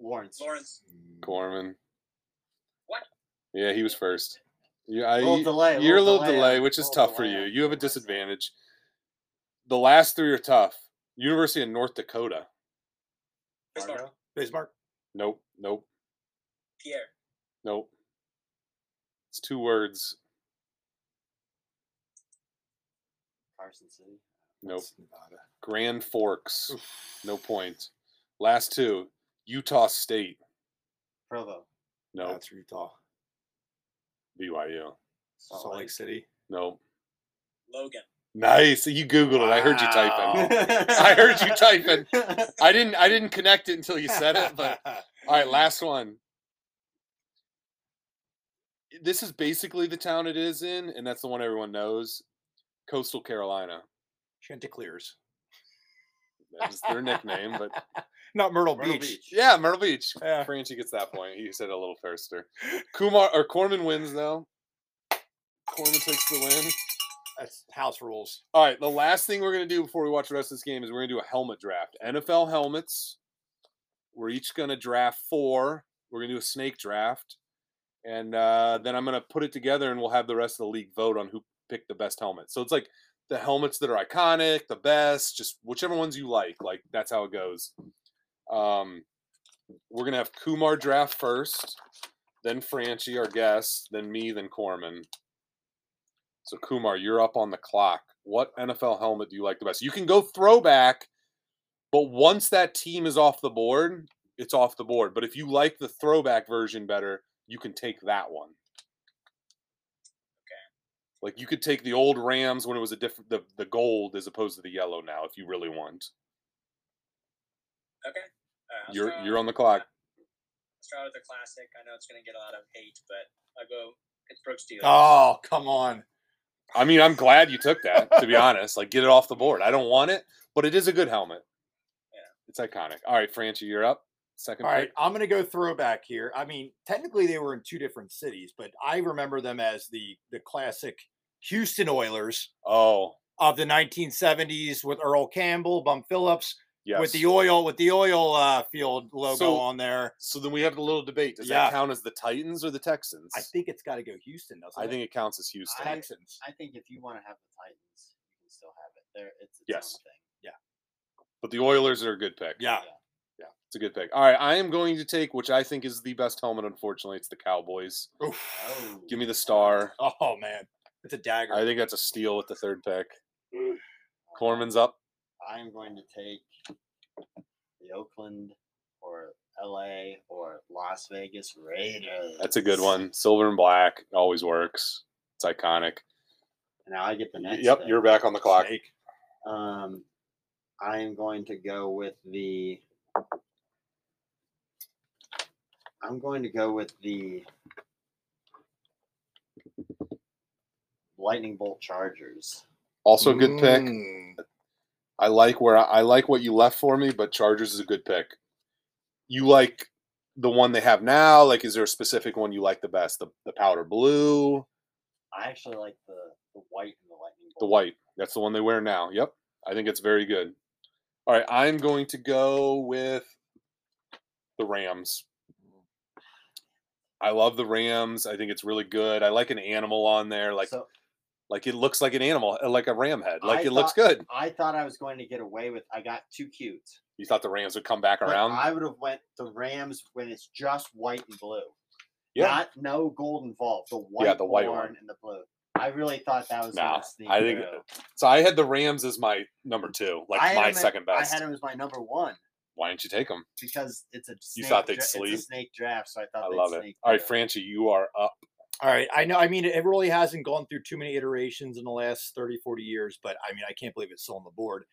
Speaker 4: Lawrence.
Speaker 3: Lawrence.
Speaker 4: Hmm.
Speaker 1: Corman.
Speaker 3: What?
Speaker 1: Yeah, he was first. Yeah, I,
Speaker 4: Little delay,
Speaker 1: you're a
Speaker 4: little
Speaker 1: little
Speaker 4: delay
Speaker 1: delay,
Speaker 4: on-
Speaker 1: which is
Speaker 4: little
Speaker 1: tough for
Speaker 4: delay
Speaker 1: you.
Speaker 4: on
Speaker 1: You have a
Speaker 4: the website.
Speaker 1: disadvantage. The last three are tough. University of North Dakota.
Speaker 3: Bismarck.
Speaker 4: Fargo?
Speaker 5: Bismarck,
Speaker 1: Nope. Nope.
Speaker 3: Pierre.
Speaker 1: Nope. It's two words.
Speaker 4: Carson City.
Speaker 1: Nope.
Speaker 5: That's Nevada.
Speaker 1: Grand Forks. No point. Last two. Utah State.
Speaker 4: Provo.
Speaker 1: No.
Speaker 5: That's Utah.
Speaker 1: BYU.
Speaker 4: Salt
Speaker 5: Salt
Speaker 4: Lake.
Speaker 5: Lake City.
Speaker 1: No.
Speaker 3: Logan.
Speaker 1: Nice. You Googled it. I heard you typing. I heard you typing. I didn't I didn't connect it until you said it, but all right, last one. This is basically the town it is in, and that's the one everyone knows. Coastal Carolina.
Speaker 5: Chanticleers.
Speaker 1: That's their nickname, but
Speaker 5: Not Myrtle,
Speaker 4: Myrtle
Speaker 5: Beach.
Speaker 4: Beach.
Speaker 1: Yeah, Myrtle Beach.
Speaker 5: Yeah.
Speaker 1: Franchi gets that point. He said it a little faster. Kumar or Corman wins though. Corman takes the win.
Speaker 5: That's house rules.
Speaker 1: All right, the last thing we're gonna do before we watch the rest of this game is we're gonna do a helmet draft. NFL helmets. We're each gonna draft four. We're gonna do a snake draft, and uh, then I'm gonna put it together, and we'll have the rest of the league vote on who picked the best helmet. So it's like the helmets that are iconic, the best, just whichever ones you like. Like that's how it goes. Um, we're gonna have Kumar draft first, then Franchi, our guest, then me, then Corman. So Kumar, you're up on the clock. What NFL helmet do you like the best? You can go throwback, but once that team is off the board, it's off the board. But if you like the throwback version better, you can take that one. Like you could take the old Rams when it was a different the, the gold as opposed to the yellow now if you really want.
Speaker 3: Okay. All right, I'll
Speaker 1: You're
Speaker 3: start-
Speaker 1: you're on the clock.
Speaker 3: Start with the classic. I know it's going to get a lot of hate, but I'll go Pittsburgh Steelers.
Speaker 5: Oh, come on.
Speaker 1: I mean, I'm glad you took that, to be honest. Like, get it off the board. I don't want it, but it is a good helmet.
Speaker 3: Yeah.
Speaker 1: It's iconic. All right, Franchi, you're up. Second
Speaker 5: All right,
Speaker 1: pick.
Speaker 5: I'm going to go throwback here. I mean, technically they were in two different cities, but I remember them as the the classic Houston Oilers
Speaker 1: Oh,
Speaker 5: of the 1970s with Earl Campbell, Bum Phillips,
Speaker 1: Yes.
Speaker 5: with the oil with the oil uh, field logo
Speaker 1: So-
Speaker 5: on there.
Speaker 1: so then we have a little debate. Does
Speaker 5: Yeah.
Speaker 1: that count as the Titans or the Texans?
Speaker 5: I think it's got to go Houston, doesn't
Speaker 1: I
Speaker 5: it?
Speaker 1: think it counts as Houston.
Speaker 7: I-
Speaker 5: Texans.
Speaker 7: I think if you want to have the Titans, you can still have it. There, it's its
Speaker 1: Yes.
Speaker 7: own thing.
Speaker 1: but the Oilers are a good pick.
Speaker 5: yeah.
Speaker 1: Yeah, it's a good pick. All right, I am going to take, which I think is the best helmet. Unfortunately, it's the Cowboys.
Speaker 5: Oof.
Speaker 7: Oh,
Speaker 1: Give me the star.
Speaker 5: Oh man, it's a dagger.
Speaker 1: I think that's a steal with the third pick. Corman's up.
Speaker 7: I'm going to take the Oakland or L.A. or Las Vegas Raiders.
Speaker 1: That's a good one. Silver and black always works. It's iconic.
Speaker 7: And now I get the next.
Speaker 1: yep,
Speaker 7: pick.
Speaker 1: you're back on the clock.
Speaker 5: Snake.
Speaker 7: Um, I am going to go with the. I'm going to go with the lightning bolt chargers.
Speaker 1: Also a good pick.
Speaker 5: Mm.
Speaker 1: I like where I, I like what you left for me, but Chargers is a good pick. You like the one they have now? Like, is there a specific one you like the best? The the powder blue,
Speaker 7: I actually like the, the white and the lightning bolt.
Speaker 1: the white. That's the one they wear now. Yep, I think it's very good. All right, I'm going to go with the Rams. I love the Rams. I think it's really good. I like an animal on there, like
Speaker 7: So
Speaker 1: like it looks like an animal, uh, like a ram head. Like
Speaker 7: I
Speaker 1: it looks good.
Speaker 7: I thought I was going to get away with. I got too cute.
Speaker 1: You thought the Rams would come back
Speaker 7: But
Speaker 1: around?
Speaker 7: I would have went the Rams when it's just white and blue.
Speaker 1: yeah,
Speaker 7: Not no gold involved. The white,
Speaker 1: the white
Speaker 7: horn
Speaker 1: one.
Speaker 7: and the blue. I really thought that was
Speaker 1: Nah,
Speaker 7: gonna sneak
Speaker 1: I think-
Speaker 7: through.
Speaker 1: So I had the Rams as my number two, like
Speaker 7: I had
Speaker 1: my
Speaker 7: him at-
Speaker 1: second best.
Speaker 7: I had him as my number one
Speaker 1: Why didn't you take them?
Speaker 7: because it's a snake
Speaker 1: thought they'd
Speaker 7: dra- it's a
Speaker 1: sleep?
Speaker 7: snake draft, so I
Speaker 1: I
Speaker 7: thought
Speaker 1: love
Speaker 7: they'd
Speaker 1: it.
Speaker 7: sneak.
Speaker 1: All right,
Speaker 7: through.
Speaker 1: Franchi, you are up.
Speaker 5: All right. I know. I mean, it really hasn't gone through too many iterations in the last 30, 40 years, but I mean, I can't believe it's still on the board.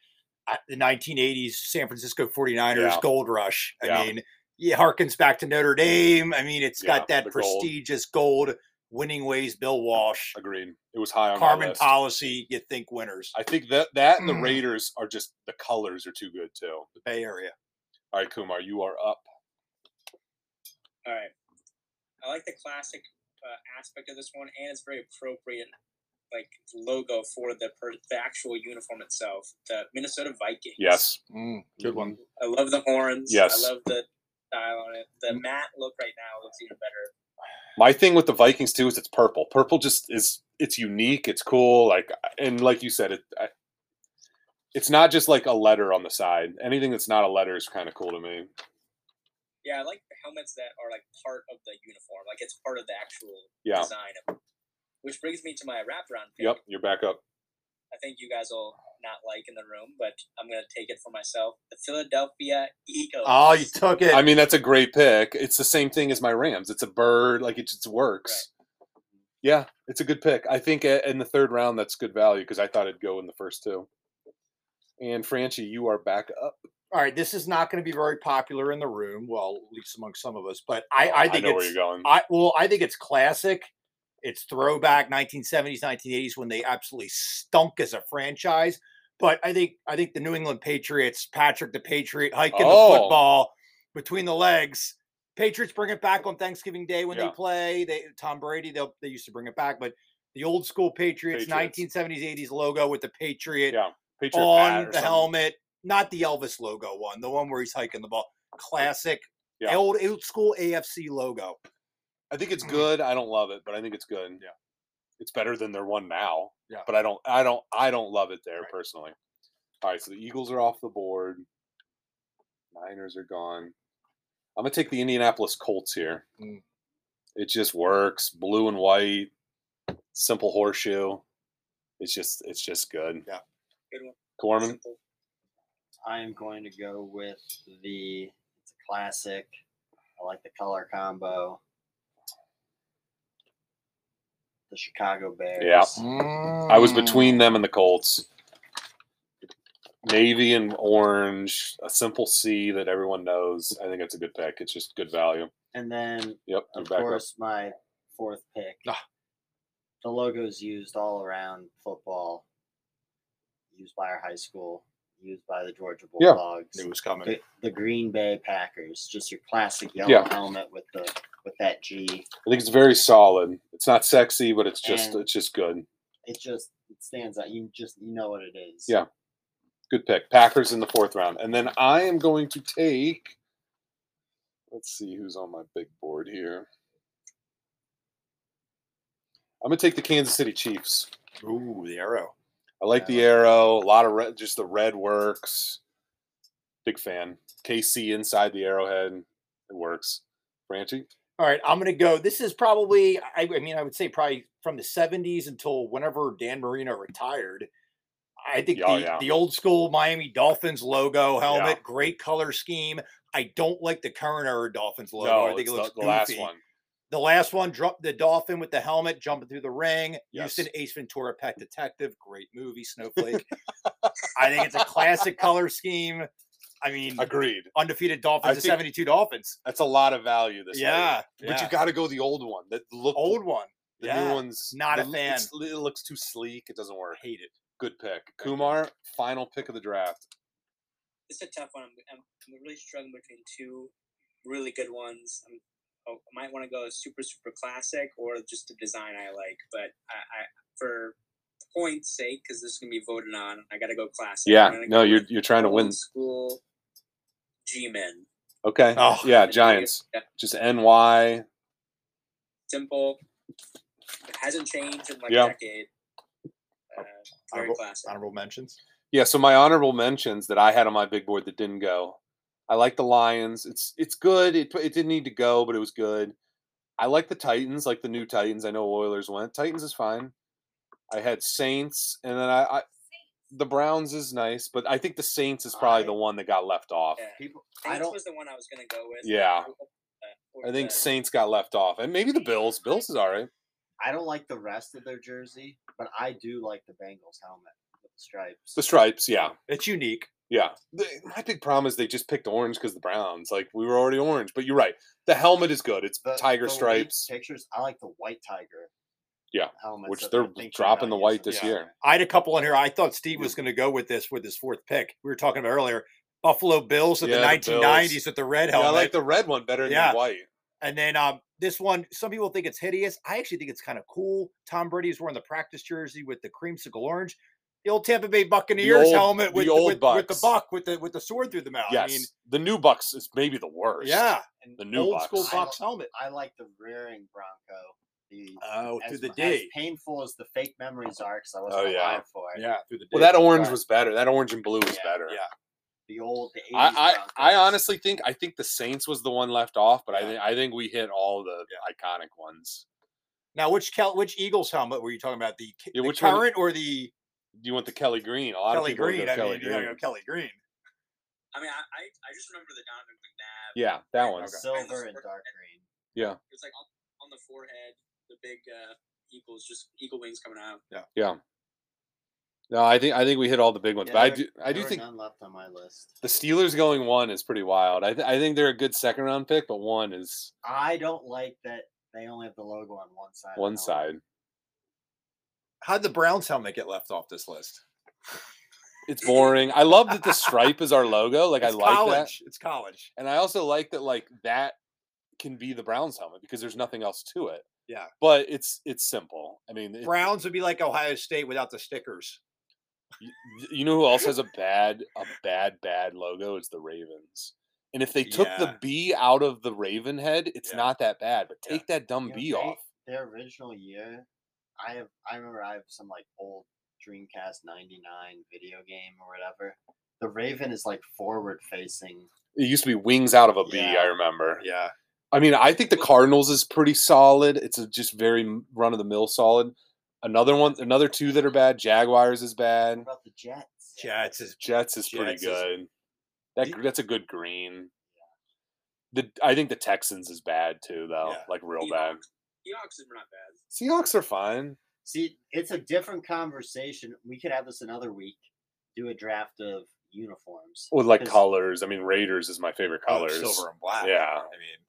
Speaker 5: I, the 1980s San Francisco 49ers
Speaker 1: Yeah.
Speaker 5: gold rush. I
Speaker 1: Yeah.
Speaker 5: mean, yeah, harkens back to Notre Dame. I mean, it's
Speaker 1: Yeah,
Speaker 5: got that
Speaker 1: the gold.
Speaker 5: prestigious gold. winning ways, Bill Walsh,
Speaker 1: Agreed. It was high on my
Speaker 5: carbon
Speaker 1: list.
Speaker 5: policy. You think winners,
Speaker 1: I think that that and the
Speaker 5: Mm.
Speaker 1: Raiders are just the colors are too good too.
Speaker 5: the Bay Area.
Speaker 1: All right, Kumar, you are up.
Speaker 3: All right. I like the classic uh, aspect of this one, and it's very appropriate, like logo for the per- the actual uniform itself. The Minnesota Vikings.
Speaker 1: Yes,
Speaker 5: Mm, good one.
Speaker 3: I love the horns.
Speaker 1: Yes.
Speaker 3: I love the style on it. The matte look right now looks even better.
Speaker 1: my thing with the Vikings too is it's purple. Purple just is it's unique. It's cool. Like and like you said, it I, it's not just like a letter on the side. Anything that's not a letter is kind of cool to me.
Speaker 3: Yeah, I like the helmets that are like part of the uniform. Like it's part of the actual
Speaker 1: Yeah.
Speaker 3: design of it. Which brings me to my wraparound pick.
Speaker 1: Yep, you're back up.
Speaker 3: I think you guys will not like in the room, but I'm gonna take it for myself. The Philadelphia Eagles.
Speaker 1: uh, Ah,
Speaker 5: Oh, you took it.
Speaker 1: I mean, that's a great pick. It's the same thing as my Rams. It's a bird, like it just works. Yeah, it's a good pick. I think uh, in the third round, that's good value because I thought it'd go in the first two. And Franchi, you are back up.
Speaker 5: All right, this is not going to be very popular in the room. Well, at least among some of us, but I, I think
Speaker 1: know where
Speaker 5: it's
Speaker 1: you're going.
Speaker 5: I well, I think it's classic. It's throwback 1970s, 1980s when they absolutely stunk as a franchise. But I think I think the New England Patriots, Patrick the Patriot, hiking
Speaker 1: Oh.
Speaker 5: the football between the legs. Patriots bring it back on Thanksgiving Day when
Speaker 1: Yeah.
Speaker 5: they play. They Tom Brady, they they used to bring it back, but the old school Patriots,
Speaker 1: Patriots.
Speaker 5: 1970s, 80s logo with the Patriot
Speaker 1: Yeah, Patriot hat or
Speaker 5: on the
Speaker 1: something.
Speaker 5: helmet, not the Elvis logo one, the one where he's hiking the ball. Classic,
Speaker 1: Yeah.
Speaker 5: old old school AFC logo.
Speaker 1: I think it's good. I don't love it, but I think it's good.
Speaker 5: Mm-hmm. Yeah.
Speaker 1: it's better than their one now.
Speaker 5: Yeah.
Speaker 1: but I don't, I don't, I don't love it there
Speaker 5: Right.
Speaker 1: personally. All right, so the Eagles are off the board. Niners are gone. I'm gonna take the Indianapolis Colts here.
Speaker 5: Mm.
Speaker 1: It just works. Blue and white, simple horseshoe. It's just, it's just good.
Speaker 5: Yeah.
Speaker 3: Good one.
Speaker 1: Corman,
Speaker 3: Simple.
Speaker 7: I am going to go with the it's a classic. I like the color combo. The Chicago Bears.
Speaker 1: I was between them and the Colts. Navy and orange, a simple C that everyone knows. I think that's a good pick. It's just good value.
Speaker 7: And then
Speaker 1: Yep, I'm
Speaker 7: of
Speaker 1: back up.
Speaker 7: course my fourth pick.
Speaker 5: Ah.
Speaker 7: The logo's used all around football. Used by our high school, used by the Georgia
Speaker 1: Yeah.
Speaker 7: Bulldogs.
Speaker 5: It was coming.
Speaker 7: The, the Green Bay Packers, just your classic yellow
Speaker 1: Yeah.
Speaker 7: helmet with the with that G.
Speaker 1: I think it's very solid. It's not sexy, but it's just
Speaker 7: And-
Speaker 1: it's just good.
Speaker 7: It just it stands out. You just you know what it is.
Speaker 1: Yeah. Good pick. Packers in the fourth round. And then I am going to take. Let's see who's on my big board here. I'm going to take the Kansas City Chiefs.
Speaker 5: Ooh, the arrow.
Speaker 1: I like the arrow. A lot of red, just the red works. Big fan. KC inside the arrowhead. It works. Franchi?
Speaker 5: All right, I'm going to go. This is probably, I, I mean, I would say probably from the 70s until whenever Dan Marino retired. I think
Speaker 1: Oh,
Speaker 5: the,
Speaker 1: yeah.
Speaker 5: the old school Miami Dolphins logo helmet,
Speaker 1: Yeah.
Speaker 5: great color scheme. I don't like the current era Dolphins logo. I think
Speaker 1: it's
Speaker 5: it looks
Speaker 1: the, the last
Speaker 5: goofy.
Speaker 1: one.
Speaker 5: The last one, drop the dolphin with the helmet jumping through the ring.
Speaker 1: Yes.
Speaker 5: Houston Ace Ventura, Pet Detective, great movie, Snowflake. I think it's a classic color scheme. I mean,
Speaker 1: Agreed.
Speaker 5: undefeated Dolphins, to
Speaker 1: think-
Speaker 5: 72 Dolphins.
Speaker 1: That's a lot of value this late.
Speaker 5: Yeah,
Speaker 1: But
Speaker 5: yeah.
Speaker 1: you got to go the old one. That look
Speaker 5: old one.
Speaker 1: The
Speaker 5: yeah.
Speaker 1: new one's
Speaker 5: Not a
Speaker 1: the- it's- It looks too sleek. It doesn't work. Hate it. Good pick, Kumar. Final pick of the draft.
Speaker 3: It's a tough one. I'm, I'm, I'm really struggling between two really good ones. I'm, oh, I might want to go super super classic or just the design I like. But I, I for points' sake, because this is gonna be voted on, I gotta go classic. I'm
Speaker 1: Yeah.
Speaker 3: gonna
Speaker 1: No,
Speaker 3: go
Speaker 1: you're
Speaker 3: with
Speaker 1: you're trying to
Speaker 3: old
Speaker 1: win.
Speaker 3: School G-men.
Speaker 1: Okay.
Speaker 5: Oh.
Speaker 1: yeah, Giants.
Speaker 3: Yeah.
Speaker 1: Just NY.
Speaker 3: Simple. It hasn't changed in like
Speaker 1: Yeah.
Speaker 3: a decade. Uh, very
Speaker 5: Honorable-
Speaker 3: classic.
Speaker 5: Honorable mentions.
Speaker 1: Yeah. So my honorable mentions that I had on my big board that didn't go. I like the Lions. It's it's good. It it didn't need to go, but it was good. I like the Titans, like the new Titans. I know Oilers went. Titans is fine. I had Saints, and then I, I the Browns is nice, but I think the Saints is probably
Speaker 4: I-
Speaker 1: the one that got left off.
Speaker 3: Yeah.
Speaker 4: People,
Speaker 3: Saints
Speaker 4: don't-
Speaker 3: was the one I was gonna go with.
Speaker 1: Yeah.
Speaker 3: Uh,
Speaker 1: I think
Speaker 3: the-
Speaker 1: Saints got left off, and maybe the Bills. Bills is all right.
Speaker 4: I don't like the rest of their jersey, but I do like the Bengals helmet with the stripes.
Speaker 1: The Stripes, yeah,
Speaker 5: It's unique.
Speaker 1: yeah. The- my big problem is they just picked orange because the Browns. Like we were already orange, but you're right. The helmet is good. It's
Speaker 4: The-
Speaker 1: tiger
Speaker 4: the leaked
Speaker 1: stripes.
Speaker 4: pictures. I like the white tiger.
Speaker 1: Yeah,
Speaker 4: helmets
Speaker 1: which
Speaker 4: that
Speaker 1: they're
Speaker 4: I'm thinking
Speaker 1: dropping
Speaker 4: about
Speaker 1: the white
Speaker 4: using.
Speaker 1: this year.
Speaker 5: I had a couple in here. I thought Steve was going to go with this with his fourth pick. We were talking about earlier Buffalo Bills of
Speaker 1: Yeah,
Speaker 5: the
Speaker 1: the Bills.
Speaker 5: 1990s with the red
Speaker 1: Yeah,
Speaker 5: helmet.
Speaker 1: I like the red one better
Speaker 5: Yeah.
Speaker 1: than the white.
Speaker 5: And then um, this one, some people think it's hideous. I actually think it's kind of cool. Tom Brady is wearing the practice jersey with the creamsicle orange. The old Tampa Bay Buccaneers
Speaker 1: old-
Speaker 5: helmet
Speaker 1: the
Speaker 5: with
Speaker 1: old
Speaker 5: with, with the
Speaker 1: Bucs.
Speaker 5: buck with the with the sword through the mouth.
Speaker 1: Yes,
Speaker 5: I mean,
Speaker 1: the new Bucks is maybe the worst.
Speaker 5: yeah,
Speaker 1: the
Speaker 4: And
Speaker 1: new
Speaker 5: old
Speaker 1: Bucks.
Speaker 5: school
Speaker 4: I
Speaker 5: Bucks
Speaker 4: don't-
Speaker 5: helmet.
Speaker 4: I like the rearing Bronco. The
Speaker 1: Uh,
Speaker 5: Oh, through
Speaker 4: as,
Speaker 5: the
Speaker 4: mu- as
Speaker 5: D.
Speaker 4: painful as the fake memories are, because I wasn't
Speaker 1: Oh, yeah.
Speaker 4: alive for it.
Speaker 5: Yeah, through the D.
Speaker 1: Well, that orange
Speaker 4: Right.
Speaker 1: was better. That orange and blue was
Speaker 4: Yeah,
Speaker 1: better.
Speaker 5: yeah.
Speaker 4: The old, the 80s
Speaker 1: I, I, I
Speaker 4: Broncos.
Speaker 1: honestly think I think the Saints was the one left off, but I think I think we hit all the iconic ones.
Speaker 5: now, which Cal- which Eagles helmet were you talking about? The, K-
Speaker 1: Yeah,
Speaker 5: the
Speaker 1: which one-
Speaker 5: current or the
Speaker 1: Do you want the Kelly Green? A lot
Speaker 5: Kelly
Speaker 1: of people would
Speaker 5: Green?
Speaker 1: go
Speaker 5: I
Speaker 1: Kelly
Speaker 5: mean, you
Speaker 1: Green.
Speaker 5: gotta go Kelly Green.
Speaker 3: I mean, I, I, I just remember the Donovan McNabb.
Speaker 1: Yeah, that one.
Speaker 4: silver and dark green.
Speaker 3: It was like on, on the forehead, the big uh, eagles, just eagle wings coming out.
Speaker 1: No, I think I think we hit all the big ones,
Speaker 4: Yeah,
Speaker 1: but I
Speaker 4: there-
Speaker 1: do I
Speaker 4: There
Speaker 1: do
Speaker 4: were
Speaker 1: think
Speaker 4: none left on my list.
Speaker 1: the Steelers going one is pretty wild. I th- I think they're a good second round pick, but one is
Speaker 4: I don't like that they only have the logo on one side. of
Speaker 1: one
Speaker 4: the helmet.
Speaker 1: side.
Speaker 5: How'd the Browns helmet get left off this list?
Speaker 1: It's boring. I love that the stripe is our logo. Like
Speaker 5: it's
Speaker 1: I like that,
Speaker 5: college. It's college.
Speaker 1: and I also like that like that can be the Browns helmet because there's nothing else to it.
Speaker 5: Yeah.
Speaker 1: but it's it's simple. I mean, it-
Speaker 5: Browns would be like Ohio State without the stickers.
Speaker 1: Y- You know who else has a bad, a bad, bad logo? It's the Ravens. And if they took
Speaker 5: Yeah.
Speaker 1: the B out of the Raven head, it's
Speaker 5: Yeah.
Speaker 1: not that bad. But
Speaker 5: Yeah.
Speaker 1: take that dumb
Speaker 4: You know,
Speaker 1: B
Speaker 4: they-
Speaker 1: off.
Speaker 4: Their original year, I have. I remember I have some like old Dreamcast '99 video game or whatever. The Raven is like forward facing.
Speaker 1: It used to be wings out of a B. I
Speaker 4: Yeah.
Speaker 1: remember.
Speaker 5: Yeah.
Speaker 1: I mean, I think the Cardinals is pretty solid. It's a just very run of the mill solid. Another one, another two that are bad. Jaguars is
Speaker 4: What
Speaker 1: bad.
Speaker 4: about the Jets?
Speaker 5: Jets is
Speaker 1: Jets is pretty
Speaker 5: Jets is-
Speaker 1: good. That
Speaker 5: Ye-
Speaker 1: gr- that's a good green. The I think the Texans is bad too, though.
Speaker 5: Yeah.
Speaker 1: Like real bad.
Speaker 3: Seahawks. Seahawks are not bad.
Speaker 1: Seahawks are fine.
Speaker 4: See, it's a different conversation. We could have this another week. Do a draft of uniforms.
Speaker 1: with like
Speaker 4: Because-
Speaker 1: colors. I mean, Raiders is my favorite
Speaker 5: oh, it's
Speaker 1: colors.
Speaker 5: silver and black.
Speaker 1: Yeah.
Speaker 5: I mean,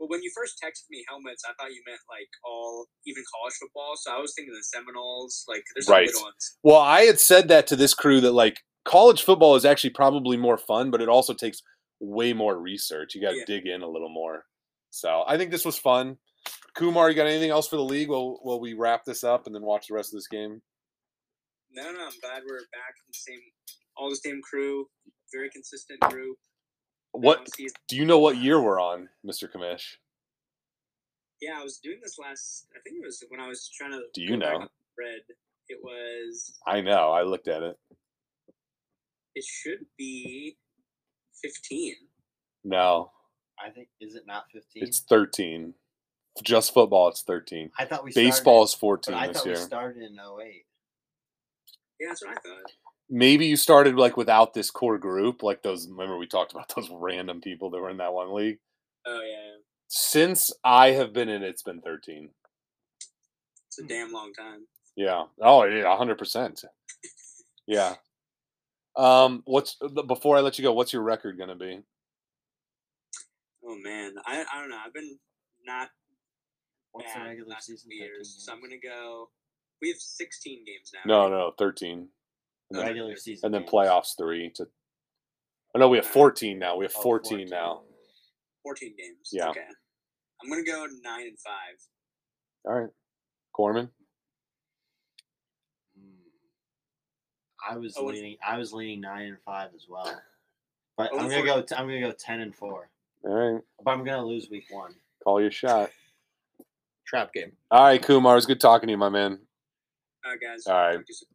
Speaker 3: Well, when you first texted me helmets, I thought you meant like all, even college football. So I was thinking the Seminoles. Like, there's some good
Speaker 1: Right.
Speaker 3: ones.
Speaker 1: Well, I had said that to this crew that like college football is actually probably more fun, but it also takes way more research. You got to
Speaker 3: Yeah.
Speaker 1: dig in a little more. So I think this was fun. Kumar, you got anything else for the league? While while we wrap this up and then watch the rest of this game.
Speaker 3: No, no, I'm glad we're back in the same, all the same crew, very consistent crew.
Speaker 1: What
Speaker 3: Um, season-
Speaker 1: do you know? What year we're on, Mister Kamish?
Speaker 3: Yeah, I was doing this last. I think it was when I was trying to.
Speaker 1: Do you
Speaker 3: go back
Speaker 1: know?
Speaker 3: on Red. It was.
Speaker 1: I know. I looked at it.
Speaker 3: It should be fifteen.
Speaker 1: No,
Speaker 7: I think is it not fifteen?
Speaker 1: it's thirteen. Just football, it's thirteen.
Speaker 7: I thought we started-
Speaker 1: Baseball is
Speaker 7: but
Speaker 1: fourteen
Speaker 7: I
Speaker 1: this
Speaker 7: thought we
Speaker 1: year.
Speaker 7: started in 08.
Speaker 3: Yeah, that's what I thought.
Speaker 1: Maybe you started like without this core group, like those. Remember we talked about those random people that were in that one league.
Speaker 3: Oh yeah,
Speaker 1: Since I have been in, it, it's been thirteen.
Speaker 3: it's a
Speaker 7: Hmm.
Speaker 3: damn long time.
Speaker 1: Yeah. Oh, yeah, hundred percent. Yeah. Um. What's b- before I let you go? What's your record gonna be?
Speaker 3: Oh man, I I don't know. I've been not
Speaker 7: What's the
Speaker 3: bad
Speaker 7: regular
Speaker 3: last
Speaker 7: season?
Speaker 3: couple years,
Speaker 7: 13
Speaker 3: so I'm
Speaker 7: games?
Speaker 3: gonna go. We have sixteen games now.
Speaker 1: No,
Speaker 3: right? Oh,
Speaker 1: no, thirteen, gonna-
Speaker 7: regular season.
Speaker 1: and then
Speaker 7: games.
Speaker 1: playoffs three to. Oh no, we have fourteen now. We have
Speaker 7: Oh,
Speaker 1: fourteen now.
Speaker 3: fourteen games.
Speaker 1: Yeah.
Speaker 3: Okay. I'm gonna go nine and five.
Speaker 1: All right, Corman.
Speaker 7: Hmm. I was
Speaker 3: Oh, what-
Speaker 7: leaning. I was leaning nine and five as well, but
Speaker 3: Oh, four.
Speaker 7: I'm gonna go. T- I'm gonna go ten and four.
Speaker 1: All right,
Speaker 7: But I'm gonna lose week one.
Speaker 1: call your shot.
Speaker 8: Trap game.
Speaker 1: All right, Kumar. It's good talking to you, my man.
Speaker 3: All right, guys.
Speaker 1: All right.
Speaker 3: talk to you soon.